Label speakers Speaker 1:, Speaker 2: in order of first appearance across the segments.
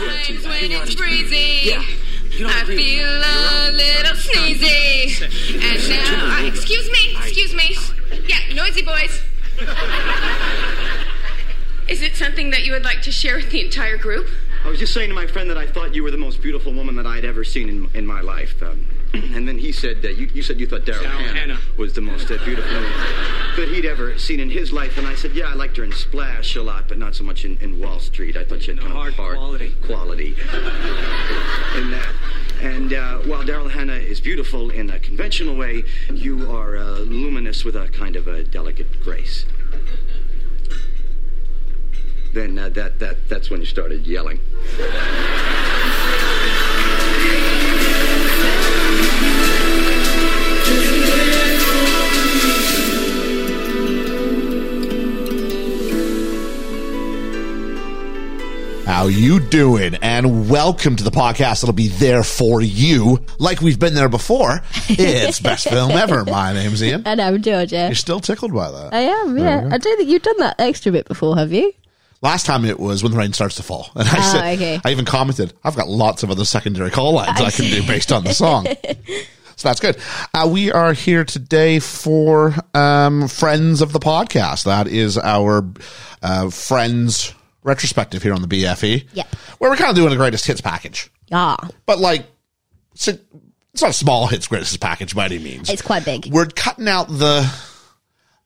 Speaker 1: when it's breezy. I feel a little sneezy. And now, I, excuse me, excuse me. Yeah, noisy boys. Is it something that you would like to share with the entire group?
Speaker 2: I was just saying to my friend that I thought you were the most beautiful woman that I'd ever seen in, in my life. Um, and then he said that you, you said you thought Daryl
Speaker 3: Daryl
Speaker 2: Hannah,
Speaker 3: Hannah.
Speaker 2: was the most uh, beautiful woman that he'd ever seen in his life. And I said, yeah, I liked her in Splash a lot, but not so much in, in Wall Street. I thought she had
Speaker 3: No,
Speaker 2: kind
Speaker 3: hard
Speaker 2: of hard
Speaker 3: quality.
Speaker 2: quality in that. And uh, while Daryl Hannah is beautiful in a conventional way, you are uh, luminous with a kind of a delicate grace. Then uh, that, that, that's when you started yelling.
Speaker 4: How you doing? And welcome to the podcast that'll be there for you. Like we've been there before. It's best film ever. My name's Ian.
Speaker 5: And I'm Georgia.
Speaker 4: You're still tickled by that.
Speaker 5: I am, Oh, yeah. I don't think you've done that extra bit before, have you?
Speaker 4: Last time it was when the rain starts to fall, and I
Speaker 5: Oh,
Speaker 4: said,
Speaker 5: okay.
Speaker 4: I even commented, I've got lots of other secondary call lines I can do based on the song. So that's good. Uh, we are here today for um, friends of the podcast. That is our uh, friends retrospective here on the BFE.
Speaker 5: Yep.
Speaker 4: where we're kind of doing a greatest hits package,
Speaker 5: Ah,
Speaker 4: but like. It's a- it's not a small hits greatest hits package by any means
Speaker 5: it's quite big.
Speaker 4: we're cutting out the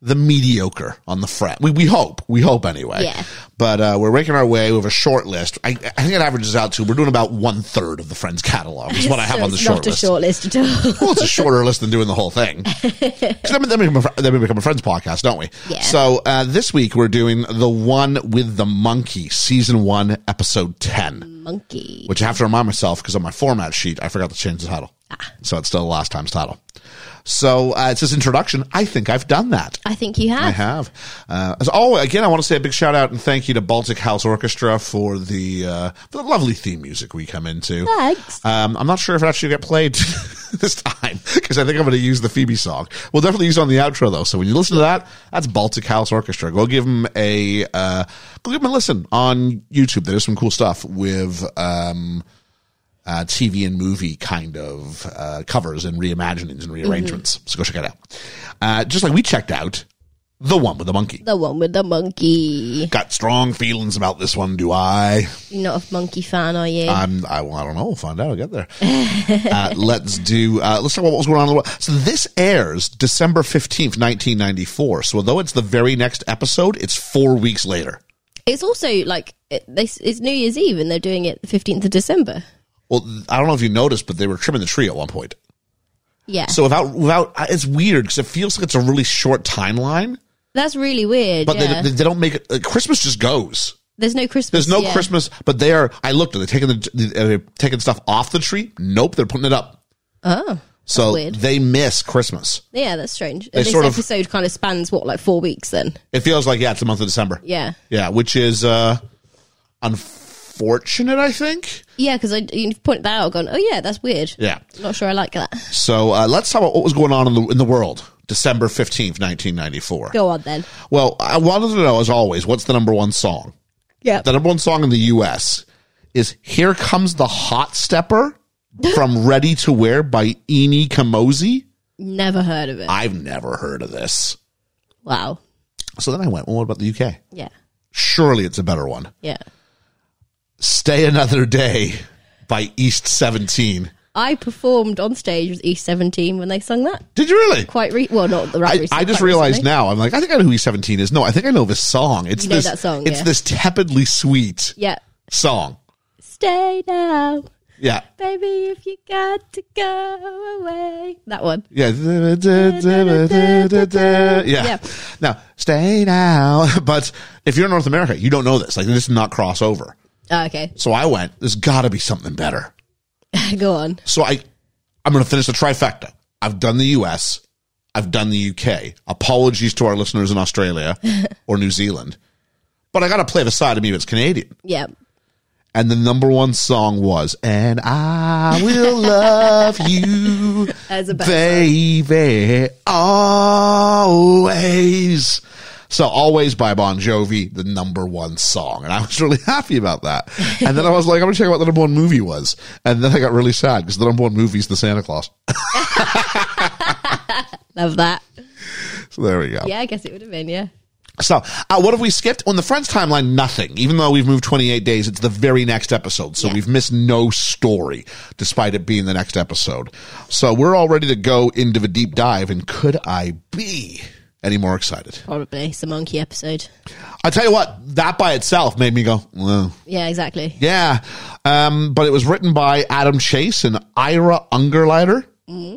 Speaker 4: the mediocre on the front. We we hope we hope anyway.
Speaker 5: Yeah.
Speaker 4: But uh, we're making our way. We have a short list. I, I think it averages out to we're doing about one third of the Friends catalog is what I have
Speaker 5: So
Speaker 4: on the
Speaker 5: it's
Speaker 4: short
Speaker 5: not
Speaker 4: list.
Speaker 5: a short list at all.
Speaker 4: well, it's a shorter list than doing the whole thing. 'Cause Then we, then, we become a, fr- then we become a Friends podcast, don't we?
Speaker 5: Yeah.
Speaker 4: So uh, this week we're doing the one with the monkey, season one, episode ten
Speaker 5: Monkey.
Speaker 4: which I have to remind myself because on my format sheet I forgot to change the title, so it's still last time's title. So uh, it's this introduction. I think I've done that.
Speaker 5: I think you
Speaker 4: I
Speaker 5: have.
Speaker 4: have. Uh, as always, again, I want to say a big shout out and thank you to Baltic House Orchestra for the uh, for the lovely theme music we come into.
Speaker 5: Thanks.
Speaker 4: Um, I'm not sure if it actually get played this time because I think I'm going to use the Phoebe song. We'll definitely use it on the outro though. So when you listen to that, that's Baltic House Orchestra. Go give them a uh, go give them a listen on YouTube. They do some cool stuff with. Um, uh, TV and movie kind of uh, covers and reimaginings and rearrangements. So go check it out. Uh, just like we checked out the one with the monkey.
Speaker 5: The one with the monkey.
Speaker 4: Got strong feelings about this one, do I?
Speaker 5: You're not a monkey fan, are you?
Speaker 4: I'm, I, well, I don't know. We'll find out. I'll get there. uh, let's do, uh, let's talk about what was going on in the world. So this airs December 15th, 1994. So although it's the very next episode, it's four weeks later.
Speaker 5: it's also like it, they, it's New Year's Eve and they're doing it the 15th of December.
Speaker 4: Well, th- I don't know if you noticed, but they were trimming the tree at one point.
Speaker 5: Yeah.
Speaker 4: So without, without, uh, it's weird because it feels like it's a really short timeline,
Speaker 5: That's really weird.
Speaker 4: but
Speaker 5: yeah.
Speaker 4: they, they, they don't make it, uh, Christmas just goes.
Speaker 5: There's no Christmas.
Speaker 4: There's no
Speaker 5: yeah.
Speaker 4: Christmas, but they are. I looked. Are they taking the, the are they taking stuff off the tree? Nope, they're putting it up.
Speaker 5: Oh.
Speaker 4: So
Speaker 5: weird.
Speaker 4: they miss Christmas.
Speaker 5: Yeah, that's strange.
Speaker 4: They
Speaker 5: And this
Speaker 4: sort of-
Speaker 5: episode kind of spans what, like four weeks then?
Speaker 4: It feels like yeah, it's the month of December.
Speaker 5: Yeah.
Speaker 4: yeah, which is uh unfortunate. I think.
Speaker 5: Yeah, because you've pointed that out, gone, oh yeah, that's weird.
Speaker 4: Yeah.
Speaker 5: Not sure I like that.
Speaker 4: So uh, let's talk about what was going on in the in the world. December fifteenth, nineteen ninety four.
Speaker 5: Go on then.
Speaker 4: Well, I wanted to know as always, what's the number one song?
Speaker 5: Yeah.
Speaker 4: The number one song in the U.S. is "Here Comes the Hot Stepper" from Ready to Wear by Eni Kamosi.
Speaker 5: Never heard of it.
Speaker 4: I've never heard of this.
Speaker 5: wow.
Speaker 4: So then I went, well, what about the UK?
Speaker 5: Yeah.
Speaker 4: Surely it's a better one.
Speaker 5: Yeah.
Speaker 4: Stay Another Day by East 17.
Speaker 5: I performed on stage with East 17 when they sung that.
Speaker 4: Did you really?
Speaker 5: Quite re- well, not the right
Speaker 4: I, I just realized now, I'm like, I think I know who East 17 is. No, I think I know this song. It's
Speaker 5: You know
Speaker 4: this,
Speaker 5: that song,
Speaker 4: it's
Speaker 5: yeah.
Speaker 4: this tepidly sweet
Speaker 5: Yeah.
Speaker 4: song.
Speaker 5: Stay now,
Speaker 4: Yeah.
Speaker 5: baby, if you got to go away. That one.
Speaker 4: Yeah. Yeah.
Speaker 5: Yeah.
Speaker 4: Now, stay now. But if you're in North America, you don't know this. Like, this is not crossover.
Speaker 5: Oh, okay.
Speaker 4: So I went, there's got to be something better.
Speaker 5: Go on.
Speaker 4: So I, I'm going to finish the trifecta. I've done the U.S., I've done the U.K. Apologies to our listeners in Australia or New Zealand, but I got to play the side of me that's Canadian.
Speaker 5: Yeah.
Speaker 4: And the number one song was "And I Will Love You,
Speaker 5: As a background.
Speaker 4: Baby, Always." So Always by Bon Jovi, the number one song. And I was really happy about that. And then I was like, I'm going to check out what the number one movie was. And then I got really sad because the number one movie is The Santa Claus.
Speaker 5: Love that.
Speaker 4: so there we go.
Speaker 5: Yeah, I guess it would have been. Yeah.
Speaker 4: So, uh, what have we skipped on the Friends timeline? Nothing. Even though we've moved 28 days, it's the very next episode. So
Speaker 5: Yeah.
Speaker 4: we've missed no story, despite it being the next episode. So we're all ready to go into the deep dive. And could I be any more excited?
Speaker 5: Probably some monkey episode.
Speaker 4: I tell you what, that by itself made me go, "Well,
Speaker 5: Yeah, exactly.
Speaker 4: yeah. Um, but it was written by Adam Chase and Ira Ungerleiter.
Speaker 5: Mm-hmm.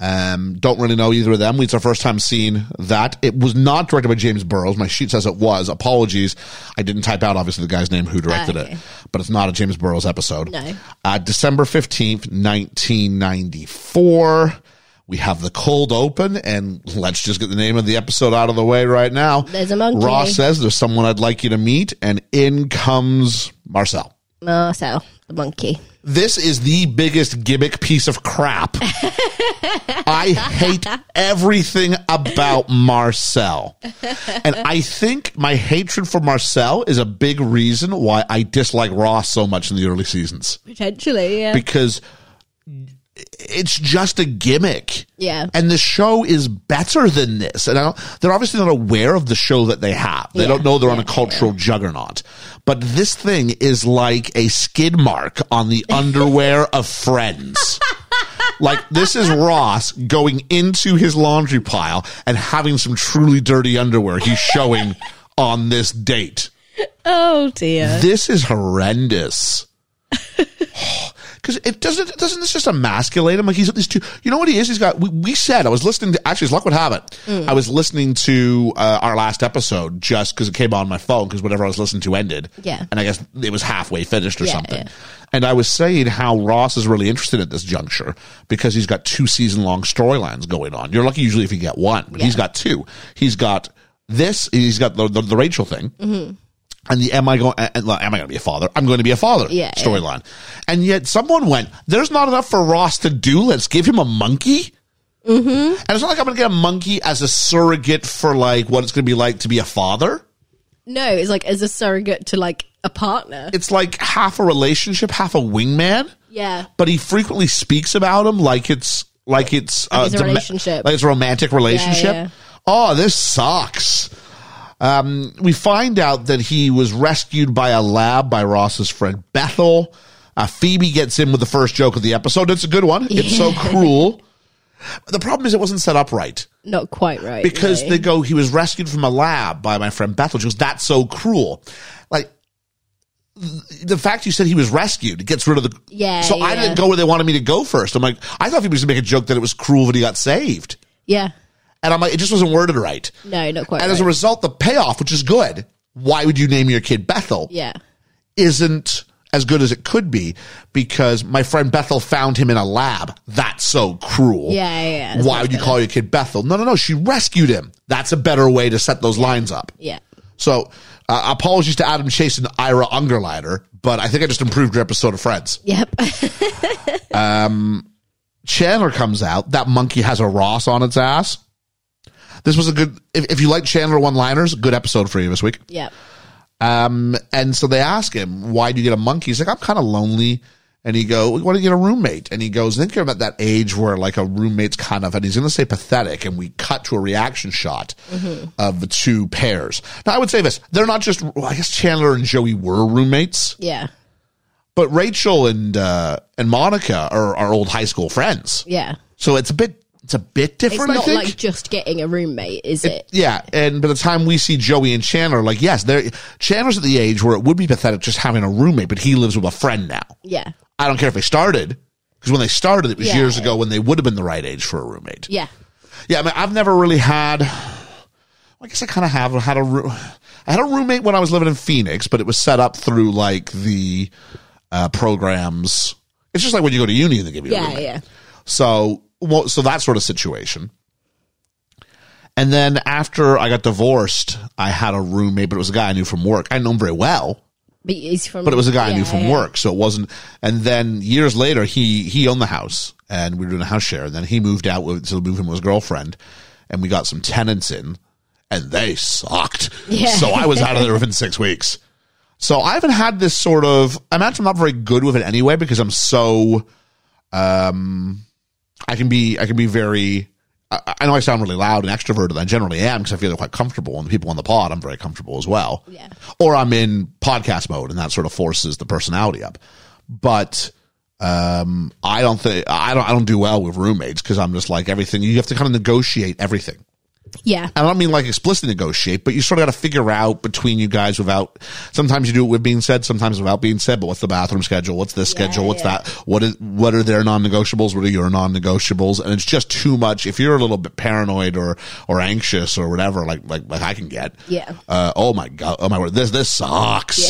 Speaker 4: Um, don't really know either of them. It's our first time seeing that. It was not directed by James Burrows. My sheet says it was. Apologies. I didn't type out, obviously, the guy's name who directed
Speaker 5: Okay.
Speaker 4: it, but it's not a James Burrows episode.
Speaker 5: No.
Speaker 4: Uh, December 15th, 1994. We have the cold open, and let's just get the name of the episode out of the way right now.
Speaker 5: There's a monkey.
Speaker 4: Ross says, There's someone I'd like you to meet, and in comes Marcel
Speaker 5: Marcel, the monkey.
Speaker 4: this is the biggest gimmick piece of crap. I hate everything about Marcel. And I think my hatred for Marcel is a big reason why I dislike Ross so much in the early seasons
Speaker 5: Potentially, yeah.
Speaker 4: because it's just a gimmick.
Speaker 5: Yeah.
Speaker 4: And the show is better than this. And I don't, they're obviously not aware of the show that they have. They
Speaker 5: Yeah,
Speaker 4: don't know they're on
Speaker 5: yeah,
Speaker 4: a cultural juggernaut. But this thing is like a skid mark on the underwear of friends. Like this is Ross going into his laundry pile and having some truly dirty underwear he's showing on this date.
Speaker 5: oh dear.
Speaker 4: This is horrendous. Because it doesn't doesn't this just emasculate him? Like he's at least two. You know what he is? He's got. We, we said I was listening to. Actually, as luck would have it,
Speaker 5: Mm.
Speaker 4: I was listening to uh, our last episode just because it came on my phone because whatever I was listening to ended.
Speaker 5: Yeah.
Speaker 4: and I guess it was halfway finished or
Speaker 5: Yeah,
Speaker 4: something.
Speaker 5: yeah.
Speaker 4: And I was saying how Ross is really interested at this juncture because he's got two season long storylines going on. You're lucky usually if you get one, but he's got two. He's got this. He's got the the, the Rachel thing and the am I going and, like, am I going to be a father? I'm going to be a father
Speaker 5: Yeah, yeah.
Speaker 4: storyline. And yet someone went, there's not enough for Ross to do. Let's give him a monkey. Mm-hmm. And it's not like I'm going to get a monkey as a surrogate for like what it's going to be like to be a father.
Speaker 5: No, it's like as a surrogate to like a partner.
Speaker 4: It's like half a relationship, half a wingman.
Speaker 5: Yeah.
Speaker 4: But he frequently speaks about him like it's like it's uh,
Speaker 5: it's a
Speaker 4: dom-
Speaker 5: relationship.
Speaker 4: like it's a romantic relationship.
Speaker 5: yeah.
Speaker 4: Oh, this sucks. Um, we find out that he was rescued by a lab by Ross's friend Bethel. Uh, Phoebe gets in with the first joke of the episode. It's a good one. It's so cruel. The problem is it wasn't set up right
Speaker 5: Not quite right.
Speaker 4: because
Speaker 5: no.
Speaker 4: they go, he was rescued from a lab by my friend Bethel. She goes, that's so cruel. Like, th- the fact you said he was rescued gets rid of the.
Speaker 5: Yeah,
Speaker 4: So I
Speaker 5: yeah.
Speaker 4: didn't go where they wanted me to go first. I'm like, I thought people was going to make a joke that it was cruel that he got saved.
Speaker 5: Yeah.
Speaker 4: And I'm like, it just wasn't worded right.
Speaker 5: No, not quite
Speaker 4: And as a
Speaker 5: right.
Speaker 4: result, the payoff, which is good, why would you name your kid Bethel?
Speaker 5: yeah.
Speaker 4: Isn't as good as it could be because my friend Bethel found him in a lab. That's so cruel.
Speaker 5: Yeah, yeah, yeah. That's
Speaker 4: Why
Speaker 5: much
Speaker 4: would you
Speaker 5: better.
Speaker 4: call your kid Bethel? No, no, no. She rescued him. That's a better way to set those lines up.
Speaker 5: Yeah.
Speaker 4: So, uh, apologies to Adam Chase and Ira Ungerleiter, but I think I just improved your episode of Friends. Um,
Speaker 5: Yep.
Speaker 4: Chandler comes out. That monkey has a Ross on its ass. This was a good. If, if you like Chandler one liners, good episode for you this week.
Speaker 5: yep.
Speaker 4: Um, and so they ask him, why do you get a monkey? He's like, I'm kind of lonely. And he go, we want to get a roommate. And he goes, I think you're about that age where like a roommate's kind of, and he's going to say pathetic. And we cut to a reaction shot
Speaker 5: Mm-hmm.
Speaker 4: of the two pairs. Now I would say this, they're not just, well, I guess Chandler and Joey were roommates,
Speaker 5: Yeah.
Speaker 4: but Rachel and, uh, and Monica are our old high school friends.
Speaker 5: Yeah.
Speaker 4: So it's a bit, it's a bit
Speaker 5: It's
Speaker 4: different. I
Speaker 5: not
Speaker 4: think.
Speaker 5: like just getting a roommate, is it?
Speaker 4: Yeah, and by the time we see Joey and Chandler, like yes, they're Chandler's at the age where it would be pathetic just having a roommate, but he lives with a friend now.
Speaker 5: Yeah.
Speaker 4: I don't care if they started because when they started, it was
Speaker 5: Yeah.
Speaker 4: years ago when they would have been the right age for a roommate.
Speaker 5: Yeah.
Speaker 4: Yeah, I mean, I've never really had. I guess I kind of have had a. roo- I had a roommate when I was living in Phoenix, but it was set up through like the uh, programs. It's just like when you go to uni and they give you. a
Speaker 5: Yeah.
Speaker 4: roommate.
Speaker 5: Yeah.
Speaker 4: So, well, so that sort of situation. And then after I got divorced, I had a roommate, but it was a guy I knew from work. I know him very well,
Speaker 5: But he's from.
Speaker 4: but it was a guy I knew from
Speaker 5: yeah.
Speaker 4: work, so it wasn't. And then years later, he he owned the house, and we were doing a house share. And then he moved out with, to move in with his girlfriend, and we got some tenants in. and they sucked.
Speaker 5: Yeah.
Speaker 4: So I was out of there within six weeks. So I haven't had this sort of. I imagine I'm not very good with it anyway because I'm so. Um, I can be I can be very. I, I know I sound really loud and extroverted. and I generally am because I feel quite comfortable. And the people on the pod, I'm very comfortable as well.
Speaker 5: Yeah.
Speaker 4: Or I'm in podcast mode, and that sort of forces the personality up. But um, I don't think I don't I don't do well with roommates because I'm just like everything. You have to kind of negotiate everything.
Speaker 5: Yeah.
Speaker 4: I don't mean like explicitly negotiate, but you sort of got to figure out between you guys without. Sometimes you do it with being said, sometimes without being said. But what's the bathroom schedule? What's this schedule? What's
Speaker 5: yeah.
Speaker 4: that? What is what are their non-negotiables? What are your non-negotiables? And it's just too much. If you're a little bit paranoid or or anxious or whatever, like like like I can get.
Speaker 5: Yeah.
Speaker 4: Uh, oh my god. Oh my word. This this sucks.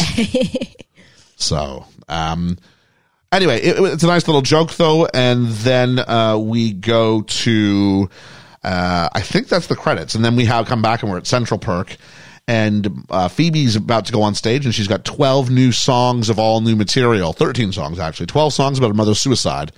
Speaker 4: So, um, anyway, it, it's a nice little joke though, and then uh, we go to, uh, I think that's the credits, and then we have come back and we're at Central Perk, and uh, Phoebe's about to go on stage, and she's got twelve new songs of all new material, thirteen songs actually, twelve songs about her mother's suicide.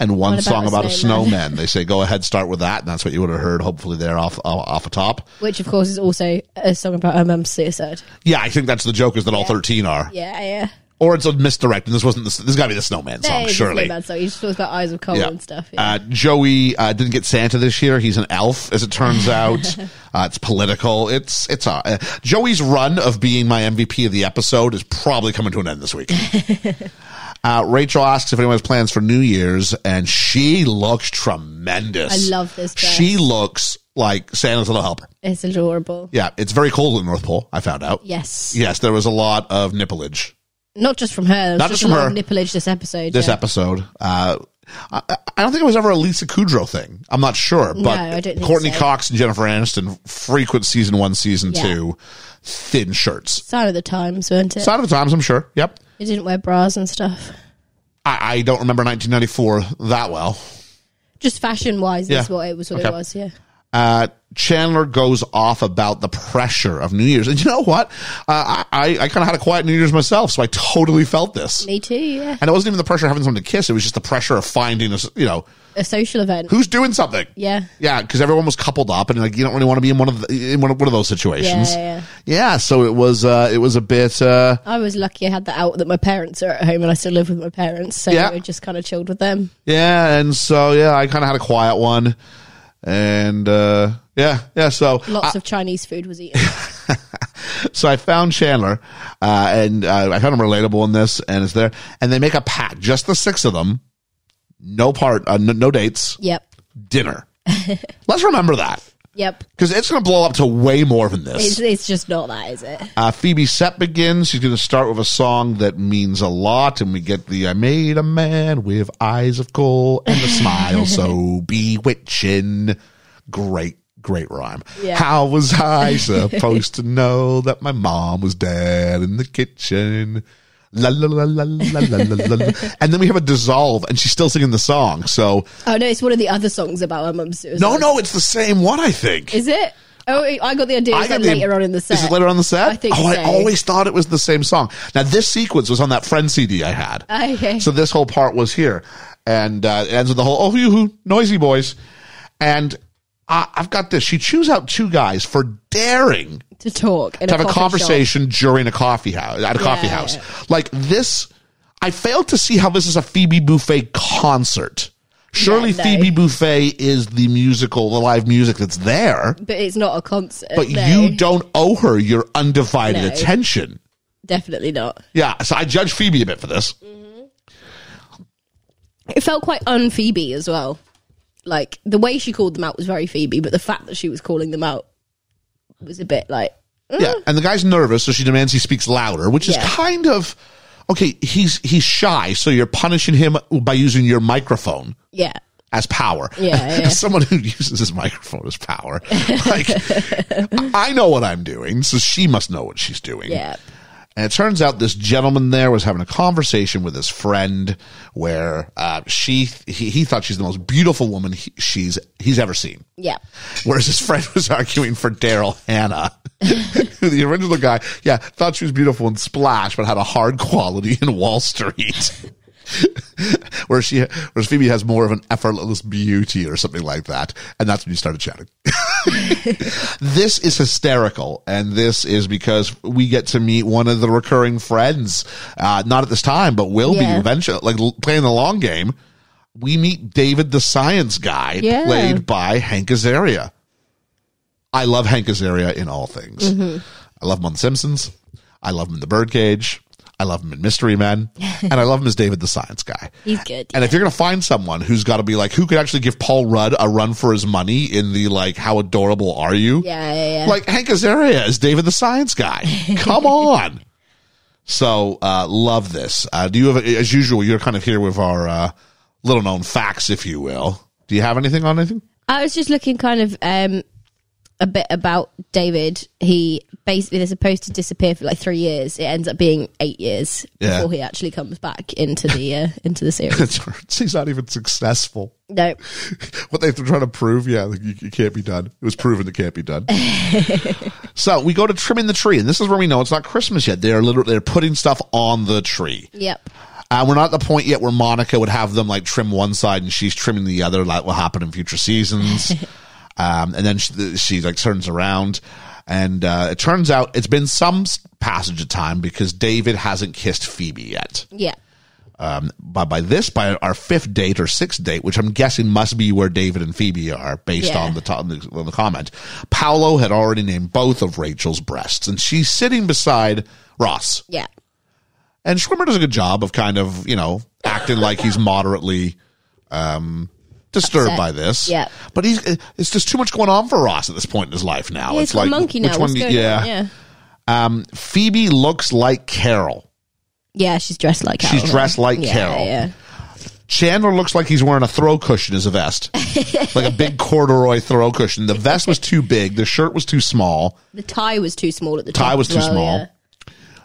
Speaker 4: And one
Speaker 5: What about
Speaker 4: song
Speaker 5: a
Speaker 4: about a
Speaker 5: snowman?
Speaker 4: snowman. They say, "Go ahead, start with that," and that's what you would have heard, hopefully, there off off, off the top.
Speaker 5: Which, of course, is also a song about her mum's suicide.
Speaker 4: Yeah, I think that's the joke is that all thirteen are,
Speaker 5: Yeah, yeah.
Speaker 4: or it's a misdirect, and this wasn't the, this. Got to be the snowman
Speaker 5: That
Speaker 4: song,
Speaker 5: is a
Speaker 4: surely.
Speaker 5: bad song. He just talks about eyes of coal and stuff. Yeah.
Speaker 4: Uh, Joey uh, didn't get Santa this year. He's an elf, as it turns out. uh, it's political. It's it's uh, uh, Joey's run of being my MVP of the episode is probably coming to an end this week. uh, Rachel asks if anyone has plans for New Year's, and she looks tremendous.
Speaker 5: I love this dress.
Speaker 4: She looks like Santa's little helper.
Speaker 5: it's adorable.
Speaker 4: Yeah, it's very cold in the North Pole. I found out.
Speaker 5: Yes.
Speaker 4: Yes, there was a lot of nippleage.
Speaker 5: Not just from her. there was
Speaker 4: Not just
Speaker 5: a
Speaker 4: from
Speaker 5: lot of
Speaker 4: her.
Speaker 5: Nippleage this episode.
Speaker 4: this
Speaker 5: yeah.
Speaker 4: episode. Uh, I, I don't think it was ever a Lisa Kudrow thing. I'm not sure, but
Speaker 5: I don't think
Speaker 4: Courtney
Speaker 5: so.
Speaker 4: Cox and Jennifer Aniston frequent season one, season
Speaker 5: Yeah.
Speaker 4: two, thin shirts.
Speaker 5: Sign of the times, weren't it?
Speaker 4: Sign of the times, I'm sure. Yep.
Speaker 5: They didn't wear bras and stuff.
Speaker 4: I, I don't remember 1994 that well.
Speaker 5: Just fashion wise,
Speaker 4: Yeah.
Speaker 5: is what it was. What
Speaker 4: Okay.
Speaker 5: it was, yeah.
Speaker 4: uh, Chandler goes off about the pressure of New Year's. And you know what? Uh, I, I, I kind of had a quiet New Year's myself, so I totally felt this.
Speaker 5: Me too. Yeah,
Speaker 4: And it wasn't even the pressure of having someone to kiss. It was just the pressure of finding, a, s- you know,
Speaker 5: a social event.
Speaker 4: who's doing something.
Speaker 5: Yeah.
Speaker 4: Yeah, because everyone was coupled up, and like you don't really want to be in one of the, in one of, one of those situations.
Speaker 5: Yeah, yeah.
Speaker 4: Yeah, so it was uh, it was a bit. Uh,
Speaker 5: I was lucky I had that out that my parents are at home and I still live with my parents, so
Speaker 4: Yeah.
Speaker 5: I just kind of chilled with them.
Speaker 4: yeah, and so yeah, I kind of had a quiet one, and uh, yeah, yeah. So
Speaker 5: Lots of Chinese food was eaten.
Speaker 4: so I found Chandler, uh, and uh, I found him relatable in this, and it's there. And they make a pact, just the six of them, no part, uh, no, no dates,
Speaker 5: yep,
Speaker 4: dinner. Let's remember that
Speaker 5: yep.
Speaker 4: because it's going to blow up to way more than this.
Speaker 5: It's, it's just not that, is it?
Speaker 4: Uh, Phoebe set begins. She's going to start with a song that means a lot, and we get the "I made a man with eyes of coal and a smile so bewitching." Great, great rhyme.
Speaker 5: Yeah.
Speaker 4: How was I supposed to know that my mom was dead in the kitchen? La la la la la la la. la, la. And then we have a dissolve, and she's still singing the song. So
Speaker 5: Oh no, it's one of the other songs about her mum's suicide.
Speaker 4: no, no, it's the same one. I think.
Speaker 5: is it? Oh, I got the idea. It was
Speaker 4: got
Speaker 5: then
Speaker 4: the-
Speaker 5: later on in the set.
Speaker 4: Is it later on the set?
Speaker 5: I think
Speaker 4: Oh, I
Speaker 5: so.
Speaker 4: always thought it was the same song. Now this sequence was on that friend CD I had.
Speaker 5: Okay.
Speaker 4: So this whole part was here, and uh, it ends with the whole "Oh, you hoo, noisy boys," and I, I've got this. She chews out two guys for daring
Speaker 5: to talk and
Speaker 4: to have a conversation during a coffee house at a coffee
Speaker 5: Yeah.
Speaker 4: house like this. I failed to see how this is a Phoebe Buffet concert. Surely
Speaker 5: Yeah, no.
Speaker 4: Phoebe Buffet is the musical, the live music that's there.
Speaker 5: but it's not a concert.
Speaker 4: But
Speaker 5: no.
Speaker 4: you don't owe her your undivided
Speaker 5: No.
Speaker 4: attention.
Speaker 5: definitely not.
Speaker 4: Yeah, so I judge Phoebe a bit for this.
Speaker 5: Mm-hmm. It felt quite un Phoebe as well. Like the way she called them out was very Phoebe, but the fact that she was calling them out was a bit like
Speaker 4: Yeah, and the guy's nervous, so she demands he speaks louder, which
Speaker 5: Yeah.
Speaker 4: is kind of okay. He's he's shy, so you're punishing him by using your microphone
Speaker 5: yeah.
Speaker 4: as power.
Speaker 5: Yeah, yeah.
Speaker 4: as someone who uses his microphone as power, like I know what I'm doing, so she must know what she's doing.
Speaker 5: Yeah.
Speaker 4: And it turns out this gentleman there was having a conversation with his friend where uh, she he, he thought she's the most beautiful woman he, she's he's ever seen.
Speaker 5: Yeah.
Speaker 4: Whereas his friend was arguing for Daryl Hannah, who the original guy, yeah, thought she was beautiful in Splash, but had a hard quality in Wall Street. where she, whereas Phoebe has more of an effortless beauty or something like that, and that's when you started chatting. this is hysterical, and this is because we get to meet one of the recurring friends. Uh, not at this time, but will
Speaker 5: Yeah.
Speaker 4: be eventually, like l- playing the long game. We meet David, the science guy,
Speaker 5: Yeah.
Speaker 4: played by Hank Azaria. I love Hank Azaria in all things.
Speaker 5: Mm-hmm.
Speaker 4: I love him on The Simpsons. I love him in The Birdcage. I love him in Mystery Men, and I love him as David, the science guy.
Speaker 5: He's good,
Speaker 4: And if you're going to find someone who's got to be like, who could actually give Paul Rudd a run for his money in the like, how adorable are you?
Speaker 5: Yeah, yeah, yeah.
Speaker 4: Like Hank Azaria is David the Science Guy. Come on. So uh, love this. Uh, do you have, as usual, you're kind of here with our uh, little known facts, if you will. Do you have anything on anything?
Speaker 5: I was just looking kind of um, a bit about David. He basically they're supposed to disappear for like three years. It ends up being eight years
Speaker 4: Yeah.
Speaker 5: before he actually comes back into the uh, into the series.
Speaker 4: He's not even successful.
Speaker 5: no,
Speaker 4: what they've been trying to prove, yeah, like, you, it can't be done. It was proven it can't be done. so we go to trimming the tree, and this is where we know it's not Christmas yet. They're literally they're putting stuff on the tree.
Speaker 5: yep,
Speaker 4: Uh, we're not at the point yet where Monica would have them like trim one side and she's trimming the other. That will happen in future seasons. um, and then she, she like turns around, and uh, it turns out it's been some s- passage of time because David hasn't kissed Phoebe yet
Speaker 5: yeah,
Speaker 4: by by this by our fifth date or sixth date, which I'm guessing must be where David and Phoebe are based
Speaker 5: Yeah.
Speaker 4: on the top, on the, on the comment. Paolo had already named both of Rachel's breasts, and she's sitting beside Ross.
Speaker 5: yeah,
Speaker 4: And Schwimmer does a good job of kind of you know acting like he's moderately um, disturbed
Speaker 5: Upset.
Speaker 4: by this.
Speaker 5: Yeah.
Speaker 4: but he's uh, it's just too much going on for Ross at this point in his life now.
Speaker 5: yeah.
Speaker 4: Oh, it's
Speaker 5: He's got
Speaker 4: like
Speaker 5: a monkey now.
Speaker 4: which
Speaker 5: What's
Speaker 4: one-
Speaker 5: going
Speaker 4: yeah.
Speaker 5: on? yeah,
Speaker 4: Phoebe looks like Carol.
Speaker 5: yeah. She's dressed like
Speaker 4: She's
Speaker 5: Carol.
Speaker 4: dressed like
Speaker 5: yeah,
Speaker 4: Carol.
Speaker 5: Yeah,
Speaker 4: Chandler looks like he's wearing a throw cushion as a vest, like a big corduroy throw cushion. The vest was too big. The shirt was too small.
Speaker 5: the tie was too small at the
Speaker 4: Tie
Speaker 5: top
Speaker 4: was
Speaker 5: as
Speaker 4: too
Speaker 5: well,
Speaker 4: small.
Speaker 5: yeah.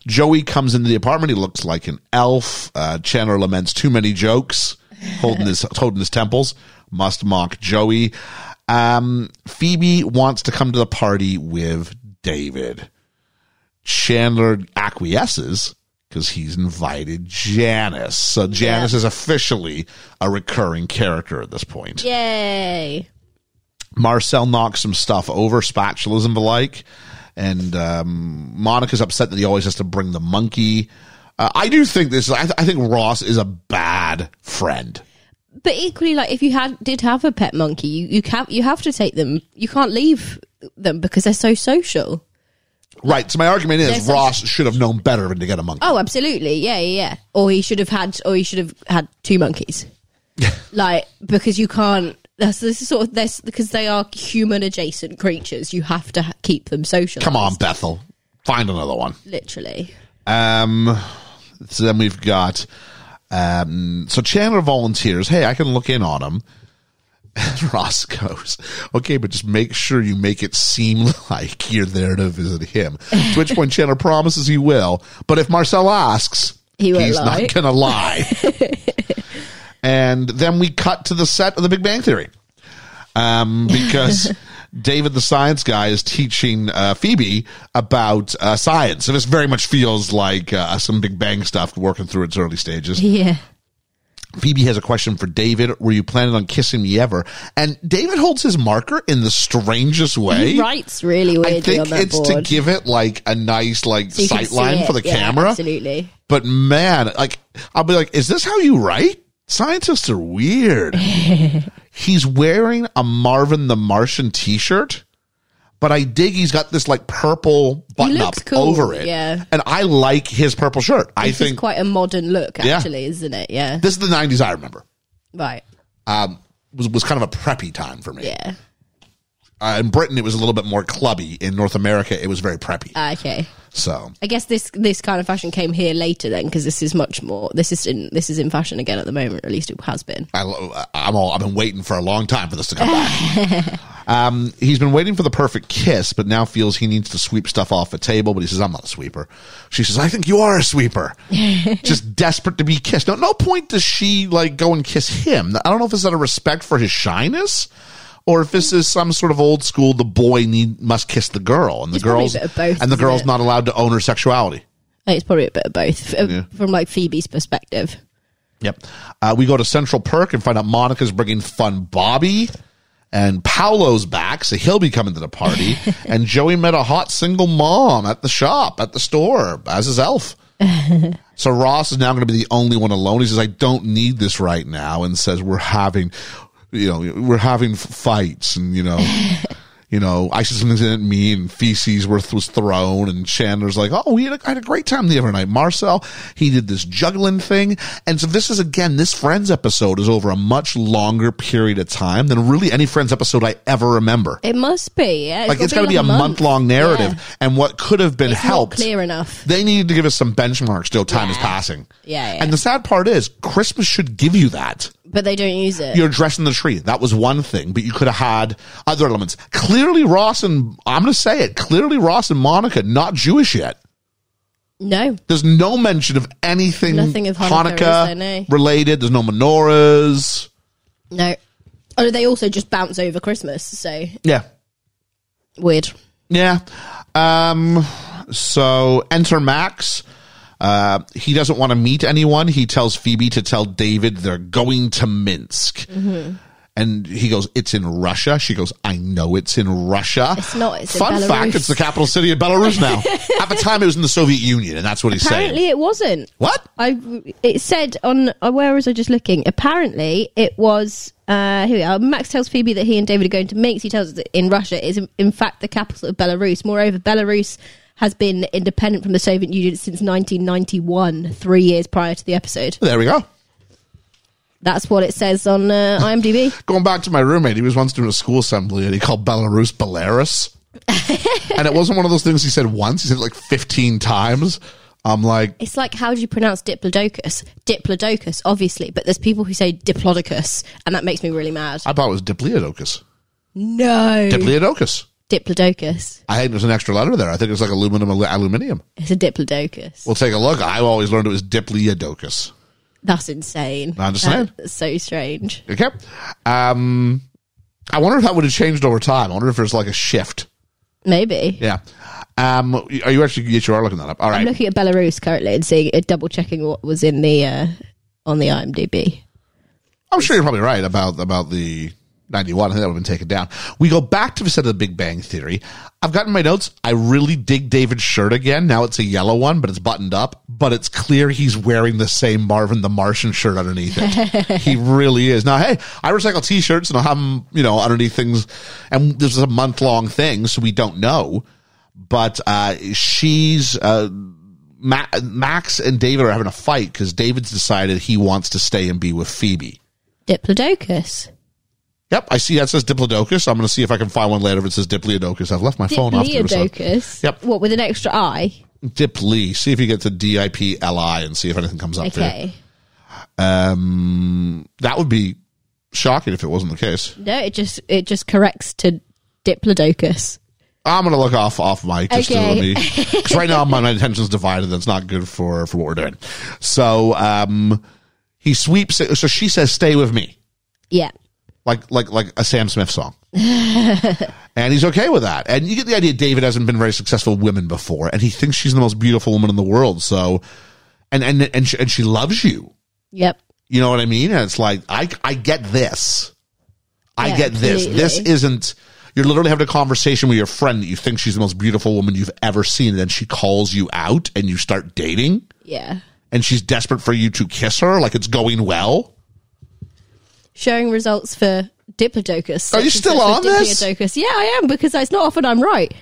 Speaker 4: Joey comes into the apartment. He looks like an elf. Uh, Chandler laments too many jokes, holding his holding his temples. Must mock Joey. Um, Phoebe wants to come to the party with David. Chandler acquiesces because he's invited Janice. So Janice
Speaker 5: Yeah.
Speaker 4: is officially a recurring character at this point.
Speaker 5: Yay!
Speaker 4: Marcel knocks some stuff over, spatulas and the like. And um, Monica's upset that he always has to bring the monkey. Uh, I do think this. I, th- I think Ross is a bad friend.
Speaker 5: But equally, like if you had did have a pet monkey, you you can you have to take them. You can't leave them because they're so social.
Speaker 4: Right. So my argument is
Speaker 5: There's some-
Speaker 4: Ross should have known better than to get a monkey.
Speaker 5: Oh, absolutely. Yeah, yeah, yeah. Or he should have had, or he should have had two monkeys. like because you can't. That's this is sort of this because they are human adjacent creatures. You have to ha- keep them social.
Speaker 4: Come on, Bethel. Find another one.
Speaker 5: literally.
Speaker 4: Um, so then we've got. Um, so Chandler volunteers. Hey, I can look in on him. And Ross goes, okay, but just make sure you make it seem like you're there to visit him. To which point Chandler promises he will, but if Marcel asks,
Speaker 5: He won't
Speaker 4: he's
Speaker 5: lie.
Speaker 4: not going to lie. and then we cut to the set of The Big Bang Theory, um, because David, the science guy, is teaching uh, Phoebe about uh, science, and this very much feels like uh, some Big Bang stuff working through its early stages.
Speaker 5: Yeah.
Speaker 4: Phoebe has a question for David. Were you planning on kissing me ever? And David holds his marker in the strangest way.
Speaker 5: He writes really weirdly
Speaker 4: I think
Speaker 5: on that
Speaker 4: it's
Speaker 5: board.
Speaker 4: to give it like a nice like
Speaker 5: So you can
Speaker 4: sight
Speaker 5: see
Speaker 4: line
Speaker 5: it.
Speaker 4: for the
Speaker 5: Yeah,
Speaker 4: camera.
Speaker 5: Absolutely.
Speaker 4: But man, like I'll be like, is this how you write? Scientists are weird. he's wearing a Marvin the Martian t-shirt, but I dig he's got this like purple button up
Speaker 5: looks cool,
Speaker 4: over it.
Speaker 5: yeah.
Speaker 4: And I like his purple shirt. I
Speaker 5: This is
Speaker 4: think
Speaker 5: quite a modern look,
Speaker 4: Yeah.
Speaker 5: actually, isn't it? Yeah.
Speaker 4: this is the 90s I remember.
Speaker 5: right.
Speaker 4: um, was, was kind of a preppy time for me.
Speaker 5: Yeah.
Speaker 4: Uh, in Britain, it was a little bit more clubby. In North America, it was very preppy.
Speaker 5: Ah, okay.
Speaker 4: So,
Speaker 5: I guess this this kind of fashion came here later then, because this is much more. This is in this is in fashion again at the moment, or at least it has been.
Speaker 4: I, lo- I'm all, I've been waiting for a long time for this to come back. um, he's been waiting for the perfect kiss, but now feels he needs to sweep stuff off the table. But he says, "I'm not a sweeper." She says, "I think you are a sweeper." Just desperate to be kissed. No, no point does she like go and kiss him. I don't know if it's out of respect for his shyness. Or if this is some sort of old school, the boy need must kiss the girl, and the
Speaker 5: It's probably a
Speaker 4: girls
Speaker 5: bit of both,
Speaker 4: and the
Speaker 5: isn't
Speaker 4: girl's
Speaker 5: it?
Speaker 4: not allowed to own her sexuality.
Speaker 5: I think It's probably a bit of both f-
Speaker 4: Yeah.
Speaker 5: from like Phoebe's perspective.
Speaker 4: Yep. Uh, we go to Central Perk and find out Monica's bringing fun Bobby. And Paolo's back, so he'll be coming to the party. and Joey met a hot single mom at the shop, at the store, as his elf. So Ross is now going to be the only one alone. He says, "I don't need this right now," and says, "We're having, you know, we're having f- fights, and you know, you know, I said something didn't mean feces were was thrown." And Chandler's like, "Oh, we had a, I had a great time the other night." Marcel he did this juggling thing, and so this is again this Friends episode is over a much longer period of time than really any Friends episode I ever remember.
Speaker 5: It must be. Yeah,
Speaker 4: Like it's got to be a month long narrative,
Speaker 5: Yeah.
Speaker 4: and what could have been
Speaker 5: It's not
Speaker 4: helped
Speaker 5: clear enough.
Speaker 4: They needed to give us some benchmarks. Still, time is
Speaker 5: Yeah.
Speaker 4: passing.
Speaker 5: Yeah, yeah.
Speaker 4: And the sad part is, Christmas should give you that.
Speaker 5: But they don't use it.
Speaker 4: You're dressing the tree. That was one thing, but you could have had other elements. Clearly, Ross and I'm going to say it. Clearly, Ross and Monica not Jewish yet.
Speaker 5: no.
Speaker 4: There's no mention of anything
Speaker 5: Nothing of Hanukkah, is there, no?
Speaker 4: related. There's no menorahs.
Speaker 5: No. Oh, they also just bounce over Christmas, so
Speaker 4: Yeah,
Speaker 5: weird.
Speaker 4: Yeah. Um, so enter Max. Uh, he doesn't want to meet anyone. He tells Phoebe to tell David they're going to Minsk.
Speaker 5: Mm-hmm.
Speaker 4: And he goes, It's in Russia. She goes, I know it's in Russia.
Speaker 5: It's not, it's in
Speaker 4: Fun
Speaker 5: Belarus.
Speaker 4: fact, it's the capital city of Belarus now. At the time, it was in the Soviet Union, and that's what he's saying.
Speaker 5: Apparently, it wasn't.
Speaker 4: What?
Speaker 5: I it said on uh, where was I just looking? Apparently, it was. Uh, here we are. Max tells Phoebe that he and David are going to Minsk. He tells us that in Russia is in- in fact the capital of Belarus. Moreover, Belarus has been independent from the Soviet Union since 1991, three years prior to the episode.
Speaker 4: There we go.
Speaker 5: That's what it says on uh, IMDb.
Speaker 4: Going back to my roommate, he was once doing a school assembly and he called Belarus Belarus. and it wasn't one of those things he said once, he said it like 15 times. I'm like,
Speaker 5: It's like how do you pronounce diplodocus? Diplodocus, obviously, but there's people who say diplodocus, and that makes me really mad.
Speaker 4: I thought it was Diplodocus.
Speaker 5: no,
Speaker 4: Diplodocus.
Speaker 5: diplodocus.
Speaker 4: I think there's an extra letter there. I think it's like aluminum, alu- aluminium.
Speaker 5: It's a diplodocus.
Speaker 4: We'll take a look. I always learned it was Diplodocus.
Speaker 5: That's insane.
Speaker 4: I understand.
Speaker 5: That's so strange.
Speaker 4: Okay. Um, I wonder if that would have changed over time. I wonder if there's like a shift.
Speaker 5: Maybe.
Speaker 4: Yeah. Um, are you actually, yes, you are looking that up. All
Speaker 5: I'm
Speaker 4: right.
Speaker 5: looking at Belarus currently and seeing, uh, double checking what was in the uh, on the IMDb.
Speaker 4: I'm sure you're probably right about about the 91. I think that would have been taken down. We go back to the set of the Big Bang Theory. I've gotten my notes. I really dig David's shirt again. Now it's a yellow one, but it's buttoned up. But it's clear he's wearing the same Marvin the Martian shirt underneath it. he really is. Now, hey, I recycle t-shirts and I'll have 'em, you know, underneath things. And this is a month long thing, so we don't know. But uh, she's uh, Ma- Max and David are having a fight because David's decided he wants to stay and be with Phoebe.
Speaker 5: Diplodocus.
Speaker 4: Yep, I see that says Diplodocus. I'm going to see if I can find one later if it says Diplodocus. I've left my phone off. the other side.
Speaker 5: Diplodocus.
Speaker 4: Yep.
Speaker 5: What with an extra eye?
Speaker 4: Dipli. See if you get to D I P L I and see if anything comes up there.
Speaker 5: Okay.
Speaker 4: Um, that would be shocking if it wasn't the case.
Speaker 5: No, it just it just corrects to Diplodocus.
Speaker 4: I'm going to look off off mic just
Speaker 5: Okay.
Speaker 4: to let me. Because right now my, my attention's divided. That's not good for for what we're doing. So um, he sweeps. It, so she says, "Stay with me."
Speaker 5: Yeah.
Speaker 4: like like like a Sam Smith song. and he's okay with that. And you get the idea David hasn't been very successful with women before and he thinks she's the most beautiful woman in the world. So and and and she, and she loves you.
Speaker 5: Yep.
Speaker 4: You know what I mean? And it's like I I get this. I
Speaker 5: Yeah,
Speaker 4: get this. This
Speaker 5: absolutely.
Speaker 4: isn't you're literally having a conversation with your friend that you think she's the most beautiful woman you've ever seen and then she calls you out and you start dating
Speaker 5: Yeah.
Speaker 4: and she's desperate for you to kiss her like it's going well.
Speaker 5: Showing results for Diplodocus.
Speaker 4: Are you
Speaker 5: Such and
Speaker 4: still
Speaker 5: such was
Speaker 4: on this?
Speaker 5: Diplodocus. Yeah, I am because it's not often I'm right.